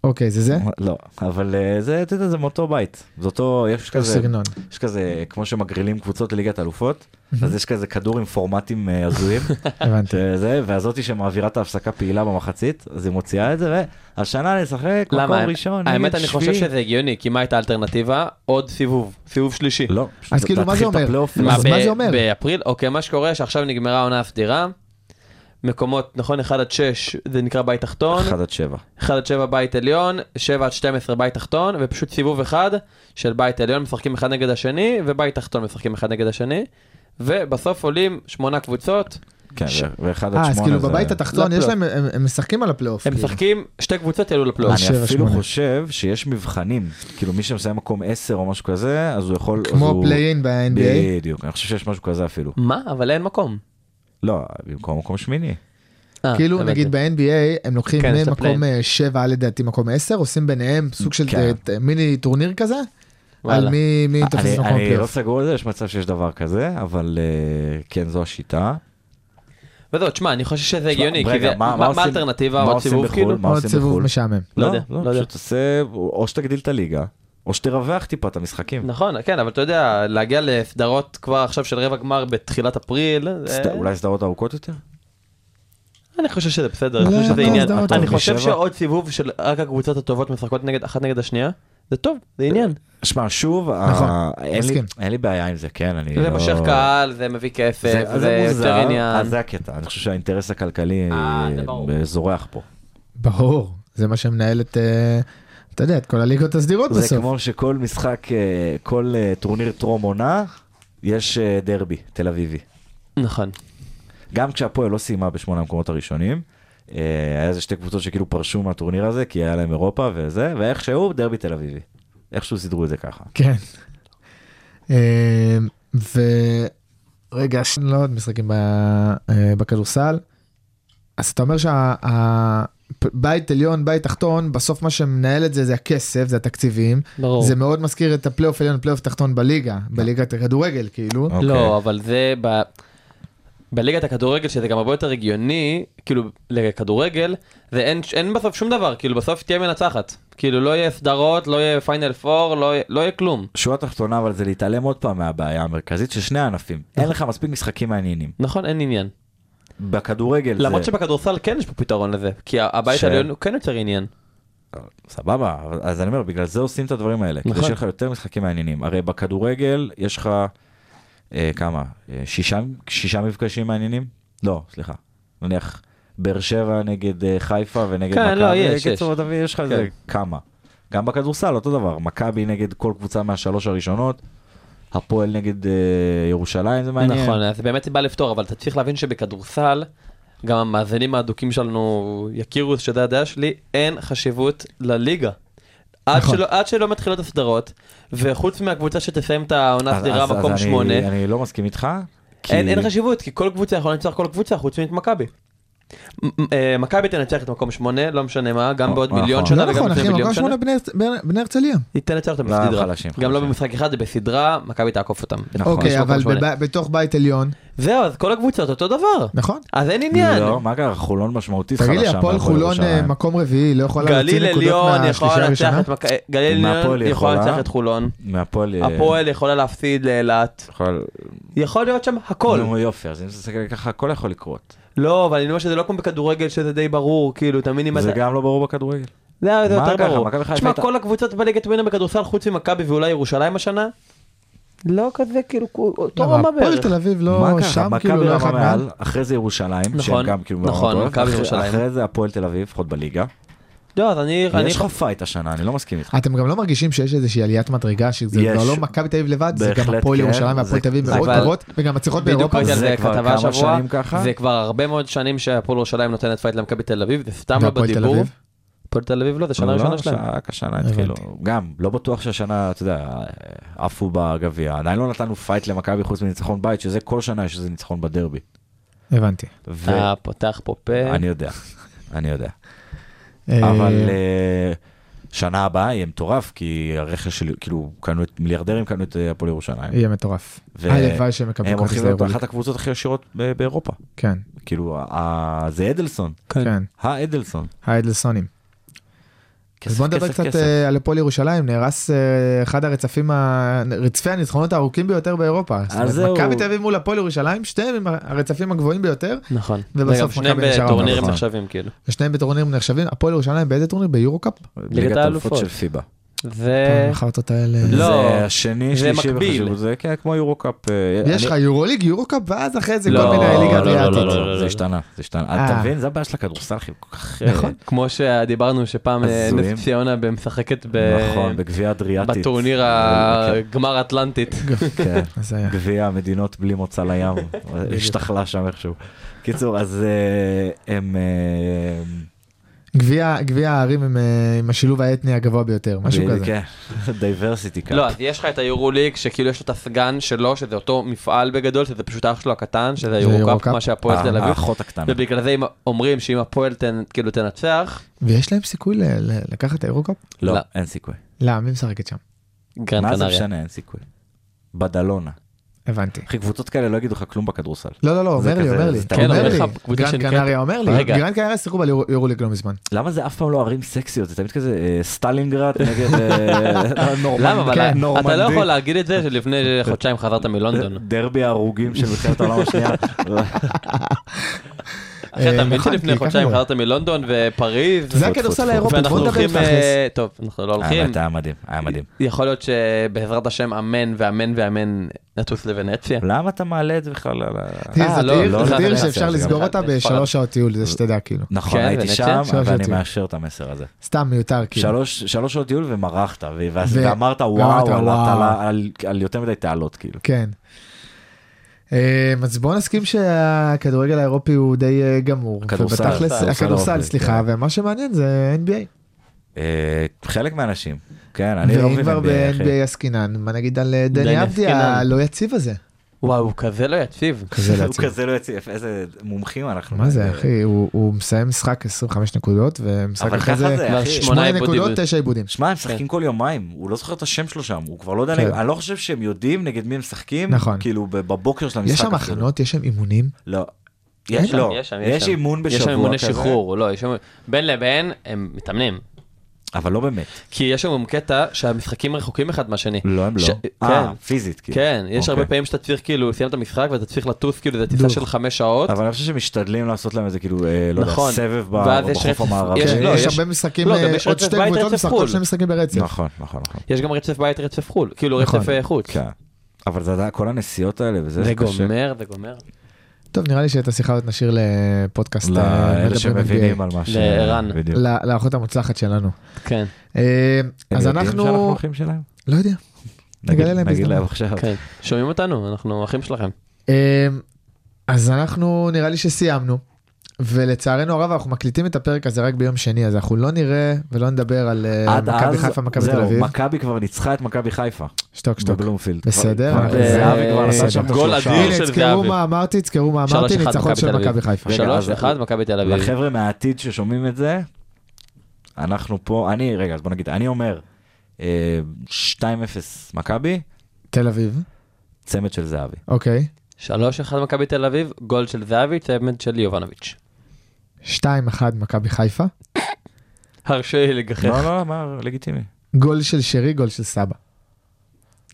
E: אוקיי, זה זה?
F: לא. אבל אה, זה, אתה יודע, זה מאותו בית. זה אותו, יש כזה,
E: סגנון.
F: יש כזה, כמו שמגרילים קבוצות לליגת אלופות, אז יש כזה כדור עם פורמטים אה, הזויים,
E: הבנתי.
F: שזה, והזאתי שמעבירה את ההפסקה פעילה במחצית, אז היא מוציאה את זה, והשנה נשחק מקום
G: למה?
F: ראשון,
G: האמת,
F: נגד
G: אני
F: שביעי.
G: חושב שזה הגיוני, כי מה הייתה האלטרנטיבה? עוד סיבוב, סיבוב שלישי.
F: לא,
E: אז כאילו, מה זה
F: להתחיל את
E: אומר?
F: הפלייאוף.
E: מה, אז
G: ב-
E: זה אומר?
G: באפריל, אוקיי, מה שקורה שעכשיו נגמרה העונה הסדירה. מקומות, נכון, 1 עד 6 זה נקרא בית תחתון,
F: 1 עד 7.
G: 1 עד 7 בית עליון, 7 עד 12 בית תחתון, ופשוט סיבוב אחד של בית עליון משחקים אחד נגד השני, ובית תחתון משחקים אחד נגד השני, ובסוף עולים 8 קבוצות,
F: כן,
G: ש-
F: ואחד עד שמונה.
E: אה, אז כאילו
F: זה- לא,
E: בבית התחתון יש
G: לפלייאוף.
E: להם, הם- הם משחקים על הפלייאוף.
G: הם
E: כאילו.
G: משחקים, שתי קבוצות יעלו לפלייאוף.
E: שבע,
F: אני אפילו
E: שמונה.
F: חושב שיש מבחנים, כאילו מי שמסיים מקום 10 או משהו כזה, אז הוא יכול... אז
E: כמו
F: הוא-
E: פליין
F: אה,
E: ב-NBA.
F: בדיוק, אני חושב שיש משהו כזה אפילו.
G: מה? אבל אין מקום.
F: לא, במקום מקום שמיני.
G: אה,
E: כאילו
G: הבנתי.
E: נגיד ב-NBA הם לוקחים
G: כן, זה
E: ממקום
G: play-in.
E: 7 לדעתי מקום 10 עושים ביניהם סוג של
F: כן.
E: אה, ת- מיני טורניר כזה על
G: וואלה.
E: מי מי תופס
F: אני-
E: מקום
F: אני לא
E: פלייאוף.
F: סגור על זה, יש מצב שיש דבר כזה, אבל אה, כן, זו השיטה.
G: וזהו, תשמע, אני חושב שזה הגיוני,
F: רגע,
G: כי זה-
F: מה- מה
G: מה מה
F: עושים-
G: האלטרנטיבה?
F: מה
G: עוד
F: עושים
G: סיבוב
F: בחו"ל?
G: כאילו?
F: מה
E: עוד
F: עושים
E: סיבוב
F: בחו"ל?
E: משעמם.
G: לא יודע, לא יודע.
F: פשוט עושה, או שתגדיל את הליגה, או שתרווח טיפה את המשחקים.
G: נכון, כן, אבל אתה יודע, להגיע לסדרות כבר עכשיו של רבע גמר בתחילת אפריל, זה-
F: סת- אולי סדרות ארוכות יותר?
G: אני חושב שזה בסדר,
E: לא,
G: אני חושב
E: לא,
G: שזה עניין.
E: סדרות
G: אני
E: ארוכות.
G: חושב
F: בשבע.
G: שעוד סיבוב של רק הקבוצות הטובות משחקות נגד אחת נגד השנייה, זה טוב, זה עניין.
F: שמע, שוב, ה-
E: נכון,
F: אין לי-
E: מסכים.
F: אין לי בעיה עם זה, כן, אני לא...
G: זה מושך קהל, זה מביא כסף, זה
F: זה
G: יותר
F: מוזר,
G: עניין.
F: אז זה הקטע, אני חושב שהאינטרס הכלכלי
G: אה, זה
F: אה,
G: ברור.
F: זורח פה.
E: ברור זה מה שמנהל את אה, אתה יודע את כל הליגות הסדירות
F: זה
E: לא בסוף.
F: כמו שכל משחק, אה, כל אה, טורניר טרום עונה, יש אה, דרבי, תל אביבי.
G: נכון.
F: גם כשהפועל לא סיימה בשמונה המקומות הראשונים, אה, היה איזה שתי קבוצות שכאילו פרשו מהטורניר הזה, כי היה להם אירופה וזה, ואיכשהו דרבי תל אביבי. איכשהו סידרו את זה ככה.
E: כן. אמ, ורגע, לא עוד משחקים ב- אה, בכדורסל. אז אתה אומר שהבית עליון, בית תחתון, בסוף מה שמנהל את זה זה הכסף, זה התקציבים.
G: ברור.
E: זה מאוד מזכיר את הפלייאוף
G: נכון.
E: עליון, פלייאוף תחתון בליגה, בליגת הכדורגל כאילו.
F: אוקיי.
G: לא, אבל זה ב... בליגת הכדורגל, שזה גם הרבה יותר הגיוני, כאילו, לכדורגל, זה אין, אין בסוף שום דבר, כאילו, בסוף תהיה מנצחת. כאילו, לא יהיה סדרות, לא יהיה פיינל פור, לא, יהיה- לא יהיה כלום.
F: שורה תחתונה אבל זה להתעלם עוד פעם מהבעיה המרכזית של שני הענפים. אין לך מספיק משחקים מעניינים.
G: נכון, אין עניין.
F: בכדורגל זה...
G: למרות שבכדורסל כן יש פה פתרון לזה, כי הבית
F: ש-
G: העליון הוא כן יותר עניין.
F: סבבה, אבל- אז אני אומר, בגלל זה עושים את הדברים האלה.
G: נכון.
F: כדי שיהיה לך יותר משחקים מעניינים. הרי בכדורגל יש לך, אה, כמה? אה, שישה, שישה מפגשים מעניינים? לא, סליחה. נניח, באר שבע נגד אה, חיפה ונגד
G: כן,
F: מכבי.
G: לא, יש,
F: בקיצור,
G: יש.
F: אתה מבין, יש לך איזה כמה. גם בכדורסל אותו דבר, מכבי נגד כל קבוצה מהשלוש הראשונות, הפועל נגד אה, ירושלים זה מעניין.
G: נכון, אז באמת זה בא לפתור, אבל אתה צריך להבין שבכדורסל, גם המאזינים האדוקים שלנו יכירו שזה הדעה שלי, אין חשיבות לליגה. עד,
E: נכון.
G: שלא, עד שלא מתחילות הסדרות, וחוץ מהקבוצה שתסיים את העונה
F: אז-
G: הסדירה
F: אז- אז
G: מקום
F: אני-
G: שמונה,
F: אני לא מסכים איתך. כי-
G: אין, אין חשיבות, כי כל קבוצה יכולה לנצח כל קבוצה חוץ מאת מכבי. מ- מ- אה, מכבי תנצח את מקום שמונה, לא משנה מה, גם
F: נכון.
G: בעוד מיליון
F: נכון.
G: שנה
E: לא
G: וגם
E: נכון,
G: לפני
E: אחי,
G: מיליון
E: מקום
G: שנה. נכון,
E: שמונה בני- בני- בני הרצליה.
G: היא תנצח אותם
F: לא,
G: בסדרה.
F: חלשים,
G: גם לא
F: חלשים.
G: במשחק אחד, בסדרה, מכבי תעקוף אותם.
F: נכון.
G: יש
E: אוקיי,
G: מקום
E: אבל
G: שמונה.
E: בב- בתוך בית עליון,
G: זהו, אז כל הקבוצות אותו דבר.
E: נכון?
G: אז אין עניין.
F: לא, מה קרה, חולון משמעותית חלשה.
E: תגיד לי, הפועל
F: מהפועל
E: חולון אה,
F: ירושלים.
E: מקום רביעי, לא יכולה להוציא
G: נכון, גליל
E: נקודות
G: עליון יכול
E: מהשלישה
G: לנצח
E: הראשונה?
G: את מכבי, גליל
F: מהפועל
G: עליון יכול
F: יכולה?
G: לנצח את חולון,
F: מהפועל... אה,
G: הפועל יכולה להפסיד לאילת,
F: יכול-
G: יכול להיות שם הכל.
F: נו יופי, אז אם זה מסתכל ככה, הכל יכול לקרות.
G: לא, אבל אני אומר שזה לא כמו בכדורגל שזה די ברור, כאילו, תמיד אם אתה...
F: זה גם לא ברור בכדורגל.
G: זה היה זה
F: מה
G: יותר
F: ככה?
G: ברור.
F: מכבי חיפה
G: תשמע,
F: הייתה-
G: כל הקבוצות בליגת ווינר בכדורסל חוץ ממכבי ואולי ירושלים השנה, לא כזה כאילו, אותו
E: למה,
G: רמה
E: לא, הפועל
G: בערך.
E: תל אביב
F: לא, מה
E: לא
F: ככה?
E: שם,
F: מכבי
E: כאילו לא
F: רמה
E: אחד
F: מעל,
E: מעל?
F: אחרי זה ירושלים,
G: נכון,
F: שהם גם כאילו...
G: נכון,
F: ברמות
G: מכבי
F: אחרי-
G: ירושלים.
F: אחרי זה הפועל תל אביב, לפחות בליגה.
G: לא, אז אני... אני-
F: יש לך פייט השנה, אני לא מסכים איתך.
E: אתם גם לא מרגישים שיש איזושהי עליית מדרגה, שזה
F: יש.
E: כבר לא מכבי תל אביב לבד, זה גם
F: בהחלט
E: הפועל
F: כן,
E: ירושלים והפועל
F: זה-
E: תל אביב
F: זה
E: מאוד
G: אבל-
E: טובות, וגם מצליחות
G: בדיוק
E: באירופה.
G: ראיתי על
F: זה
G: זה
F: כבר
G: כתבה
F: כמה
G: השבוע,
F: שנים ככה?
G: זה כבר הרבה מאוד שנים שהפועל ירושלים נותנת פייט למכבי תל אביב, זה סתם לא
E: והפועל תל
G: בדיבור.
E: אביב?
G: הפועל תל אביב לא, זה שנה
F: לא,
G: ראשונה שלהם.
F: רק השנה התחילו. גם, לא בטוח שהשנה, אתה יודע, עפו בגביע. עדיין לא נתנו פייט למכבי חוץ מניצחון בית, שזה כל שנה יש איזה ניצחון בדרבי.
G: אה,
E: הבנתי.
F: ו-
G: אתה אה, פותח פה פה.
F: אני יודע, אני יודע. אבל
E: אבל...
F: אה, שנה הבאה יהיה מטורף, כי הרכש של, כאילו, קנו את מיליארדרים, קנו את אה, הפועל ירושלים.
E: יהיה מטורף.
F: ו-
E: אה, הלוואי שהם יקבלו
F: הם
E: כרטיס
F: הולכים להיות
E: לאירופה.
F: אחת הקבוצות הכי עשירות ב- באירופה.
E: כן,
F: כאילו, ה- ה- זה אדלסון,
E: כן,
F: האדלסון.
E: האדלסונים. אז בוא נדבר
F: כסף,
E: קצת
F: כסף.
E: אה, על הפועל ירושלים, נהרס אה, אחד הרצפים, ה- רצפי הניצחונות הארוכים ביותר באירופה. זאת אומרת,
F: זהו.
E: מכבי תל אביב מול הפועל ירושלים, שתיהם עם הרצפים הגבוהים ביותר,
G: נכון.
E: ובסוף
G: וגם שניהם
E: מכבי נשארה
G: בטורנירים
E: בטורניר.
G: נחשבים כאילו.
E: ושניהם בטורנירים נחשבים, הפועל ירושלים באיזה טורניר? ביורו-קאפ?
F: ליגת האלופות
G: האלופות.
F: של פיבה.
E: נכון.
F: אה.
G: זה...
E: החרטות האלה.
G: לא.
F: זה השני,
G: זה
F: שלישי
G: מקביל.
F: בחשיבות, זה כן, כמו יורוקאפ. אה,
E: יש
F: אני-
E: לך יורוליג, יורוקאפ, ואז אחרי זה
G: לא,
E: כל מיני ליגה
G: לא, לא, לא,
E: אדריאטית.
G: לא, לא, לא.
F: זה השתנה, זה השתנה.
E: אה.
F: אתה מבין, זה הבעיה של הכדורסל, אחי, כל כך... אה,
E: נכון.
G: כמו שדיברנו שפעם אה,
F: הזויים.
G: נס ציונה משחקת ב...
F: נכון, בגביע אדריאטית.
G: בטורניר
F: אה,
G: הגמר האטלנטית.
F: כן.
E: אז היה.
F: גביע המדינות בלי מוצא לים, השתכלה שם איכשהו. קיצור, אז אה, הם... אה,
E: גביע- גביע הערים עם, אה, עם השילוב האתני הגבוה ביותר, משהו
F: ב-
E: כזה.
F: כן, דייברסיטי כאן.
G: לא, אז יש לך את היורוליג, שכאילו יש לו את הסגן שלו, שזה אותו מפעל בגדול, שזה פשוט אח שלו הקטן, שזה
E: יורוקאפ.
G: היורוקאפ, מה שהפועל
F: אה,
G: תל אביב.
F: האחות הקטנה.
G: ובגלל זה אם- אומרים שאם הפועל תן- כאילו תנצח,
E: ויש להם סיכוי ל- ל- לקחת את היורו-קאפ?
F: לא,
G: לא.
F: אין סיכוי.
E: לא, מי משחקת שם?
G: גרן
F: מה זה
G: קנריה.
F: משנה, אין סיכוי. בדלונה.
E: הבנתי.
F: אחי, קבוצות כאלה לא יגידו לך כלום בכדורסל.
E: לא, לא, לא,
F: זה
E: אומר לי,
F: כזה,
E: אומר לי.
F: זה
G: כן,
E: אומר
G: אומר
E: לי.
G: לך, קבוצה
E: גרן
G: שנקראת-
E: קנריה אומר לי.
G: רגע.
E: גרן קנריה שיחקו ביורוליג לא מזמן.
F: למה זה אף פעם לא ערים סקסיות? זה תמיד כזה אה, סטלינגרד נגד אה, נורמנדי.
G: למה? אבל
F: כן,
G: אתה לא
F: נורמנדי. אה,
G: יכול להגיד את זה שלפני חודשיים חזרת מלונדון.
F: דרבי ההרוגים של מלחמת העולם השנייה.
G: אחי,
E: אה,
G: אתה מבין
E: נכון, כי
G: שלפני
E: ככה
G: חודשיים
E: זה.
G: חזרת מלונדון ופריז?
E: זה
F: טפו,
E: הכדורסל
F: טפו,
E: האירופי,
G: ואנחנו
E: בוא נדבר
G: הולכים,
E: תכלס.
G: אה, טוב, אנחנו לא הולכים.
F: האמת היה מדהים, היה מדהים.
G: יכול להיות שבעזרת השם אמן ואמן ואמן נטוס לוונציה.
F: למה אתה מעלה את זה בכלל? על ה-
E: תראי,
G: אה,
E: זאת
G: לא,
E: עיר-
G: לא,
E: זאת
G: לא,
E: עיר
G: לא,
E: שאפשר
F: זה גם
E: לסגור
G: אחד,
E: אותה
G: זה ספרד.
E: בשלוש שעות טיול, זה שתדע כאילו.
F: נכון,
G: כן,
F: הייתי
G: ונציה?
F: שם,
E: שלוש
F: ואני
E: אותי.
F: מאשר את המסר הזה.
E: סתם מיותר כאילו.
F: שלוש שלוש שעות טיול ומרחת, ו- ואז-
E: ו- ואמרת,
F: ואמרת וואו, עלת
E: וואו."
F: על ה- על- על יותר מדי תעלות כאילו.
E: כן. אה, אז בואו נסכים שהכדורגל האירופי הוא די אה, גמור.
F: הכדורסל,
E: ובתכלס-
F: הכדורסל
E: הכדורסל,
F: האירופי,
E: סליחה,
G: כן.
E: ומה שמעניין זה NBA.
F: אה, חלק מהאנשים, כן, אני לא
E: ואם
F: מבין
E: כבר
F: NBA, אחי.
E: ב-NBA עסקינן, מה נגיד על אה,
G: דני
E: דני אבדיה
G: עסקינן.
E: הלא יציב הזה?
G: וואו, הוא כזה לא יציב.
E: כזה
F: הוא
E: להציג.
F: כזה לא יציב, איזה מומחים אנחנו. אה,
E: מה זה אחי, הוא- הוא מסיים משחק 25 נקודות, ומשחק
F: אבל
E: אחרי
F: ככה
E: זה
F: זה,
G: כבר
F: אחי.
G: שמונה
E: 8
G: עיבודים.
E: נקודות, 9 עיבודים.
F: שמע, הם
G: כן.
F: משחקים כל יומיים, הוא לא זוכר את השם שלו שם, הוא כבר לא יודע,
E: כן.
F: נגד- אני לא חושב שהם יודעים נגד מי הם משחקים,
E: נכון.
F: כאילו ב- בבוקר של המשחק.
E: יש שם
F: אפילו.
E: הכנות, יש שם אימונים.
G: כן,
F: לא. יש, לא.
G: יש שם,
F: יש
G: שם.
F: אימון בשבוע
G: יש שם אימוני
F: כזה,
G: שחרור, לא, יש שם... בין לבין הם מתאמנים.
F: אבל לא באמת.
G: כי יש שם גם קטע שהמשחקים רחוקים אחד מהשני.
F: לא, הם לא.
G: ש-
F: אה,
G: כן.
F: פיזית. כאילו.
G: כן, יש הרבה
F: אוקיי.
G: פעמים שאתה צריך כאילו סיים את המשחק ואתה צריך לטוס כאילו זה טיסה
E: דוך.
G: של חמש שעות.
F: אבל אני חושב שמשתדלים לעשות להם איזה כאילו, אה, לא יודע,
G: נכון.
F: סבב ב-
G: ואז יש רצף-
F: בחוף המערבי.
G: יש-
E: כן,
G: לא,
E: יש
G: יש-
E: הרבה משחקים,
G: לא, גם
E: אה,
G: יש
E: עוד
G: רצף
E: שתי
G: בית,
E: קבוצות
G: רצף לא.
E: משחקות
G: חו"ל.
E: שני משחקים ברצף.
F: נכון, נכון, נכון.
G: יש גם רצף בית רצף חו"ל, כאילו
E: נכון.
G: רצף אה, חוץ.
F: כן. אבל זה עדיין כל הנסיעות האלה וזה
G: זה
F: קשה.
G: גומר, זה גומר.
E: טוב, נראה לי שאת השיחה הזאת נשאיר לפודקאסט
G: לא,
E: אה,
F: לאלה
E: מדברים NBA.
F: שמבינים על מה ש...
G: לערן.
F: בדיוק.
E: ל- לאחות המוצלחת שלנו.
G: כן,
E: אה,
F: הם
E: אז
F: יודעים שאנחנו
E: אנחנו,
F: אחים שלהם?
E: לא יודע. נגלה
F: נגיד-
E: להם
F: נגיד
E: בהזדמנות.
F: להם עכשיו.
G: כן. שומעים אותנו, אנחנו אחים שלכם.
E: אה, אז אנחנו נראה לי שסיימנו. ולצערנו הרב אנחנו מקליטים את הפרק הזה רק ביום שני אז אנחנו לא נראה ולא נדבר על אה,
F: עד
E: מכבי
F: אז,
E: חיפה מכבי תל
F: זהו,
E: אביב.
F: מכבי כבר ניצחה את מכבי חיפה.
E: שטוק שטוק.
F: בבלומפילד.
E: בסדר,
F: כבר-
E: אנחנו-
F: כבר- זהבי כבר
E: בסדר.
F: עשה שם את
G: אה, גול
F: השלושה.
G: אדיר.
E: הנה
G: של
E: תזכרו
G: זהבי.
E: מה אמרתי תזכרו מה אמרתי
G: 3-1
E: ניצחון של
G: מכבי תל אביב.
E: מכבי חיפה.
F: רגע,
G: שלוש
F: אז-
G: אחד מכבי תל אביב.
F: לחבר'ה מהעתיד ששומעים את זה, אנחנו פה, אני, רגע, אז בוא נגיד, אני אומר, אה, 2-0 מכבי,
E: תל אביב
F: צמד של זהבי.
E: אוקיי.
G: 3-1 מכבי תל אביב, גול של זהבי, צמד של יובנוביץ'.
E: 2-1 מכבי חיפה.
G: הרשה לי
F: לא,
G: לגחך.
F: לא, לא, מה, לגיטימי.
E: גול של שרי גול של סבא.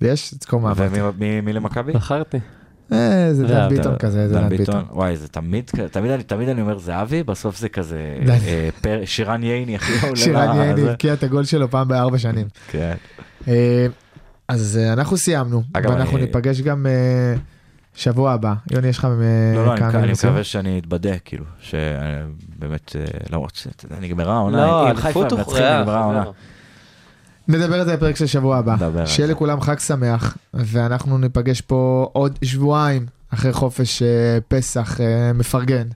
E: יש? תזכור מה אמרתי.
F: ומי מי- מי למכבי?
G: בחרתי.
E: אה, זה דן
G: זה
E: ביטון
F: דן-
E: כזה זה דן ביטון.
F: וואי, זה תמיד, כ- תמיד אני- תמיד אני אומר זהבי, בסוף זה כזה,
E: דן.
F: אה, פר- שירן ייני, אחי, עולה
E: שירן
F: לה-
E: יעני
F: אה, זה.
E: הבקיע את הגול שלו פעם בארבע שנים.
F: כן.
E: אה, אז אה, אנחנו סיימנו,
F: אגב,
E: ואנחנו
F: אני-
E: ניפגש גם אה, שבוע הבא. יוני, יש לך אה,
F: לא, לא, אני
E: כמה
F: אני
E: מילים לסיום?
F: מקווה שאני אתבדה, כאילו, שבאמת, אה, למרות שנגמרה העונה,
G: לא,
F: אם חיפה
G: אליפות
F: מנצחים,
G: הוכרעה.
F: נגמרה העונה.
G: חבר.
E: נדבר על זה בפרק של שבוע הבא.
F: נדבר על
E: שיהיה
F: זה.
E: לכולם חג שמח, ואנחנו ניפגש פה עוד שבועיים אחרי חופש אה, פסח אה, מפרגן,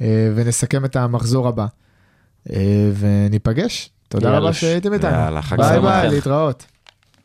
E: אה, ונסכם את המחזור הבא, אה, וניפגש. תודה
G: יאללה.
E: רבה שהייתם איתנו.
F: יאללה, חג
E: ביי
F: שמח.
E: ביי, להתראות.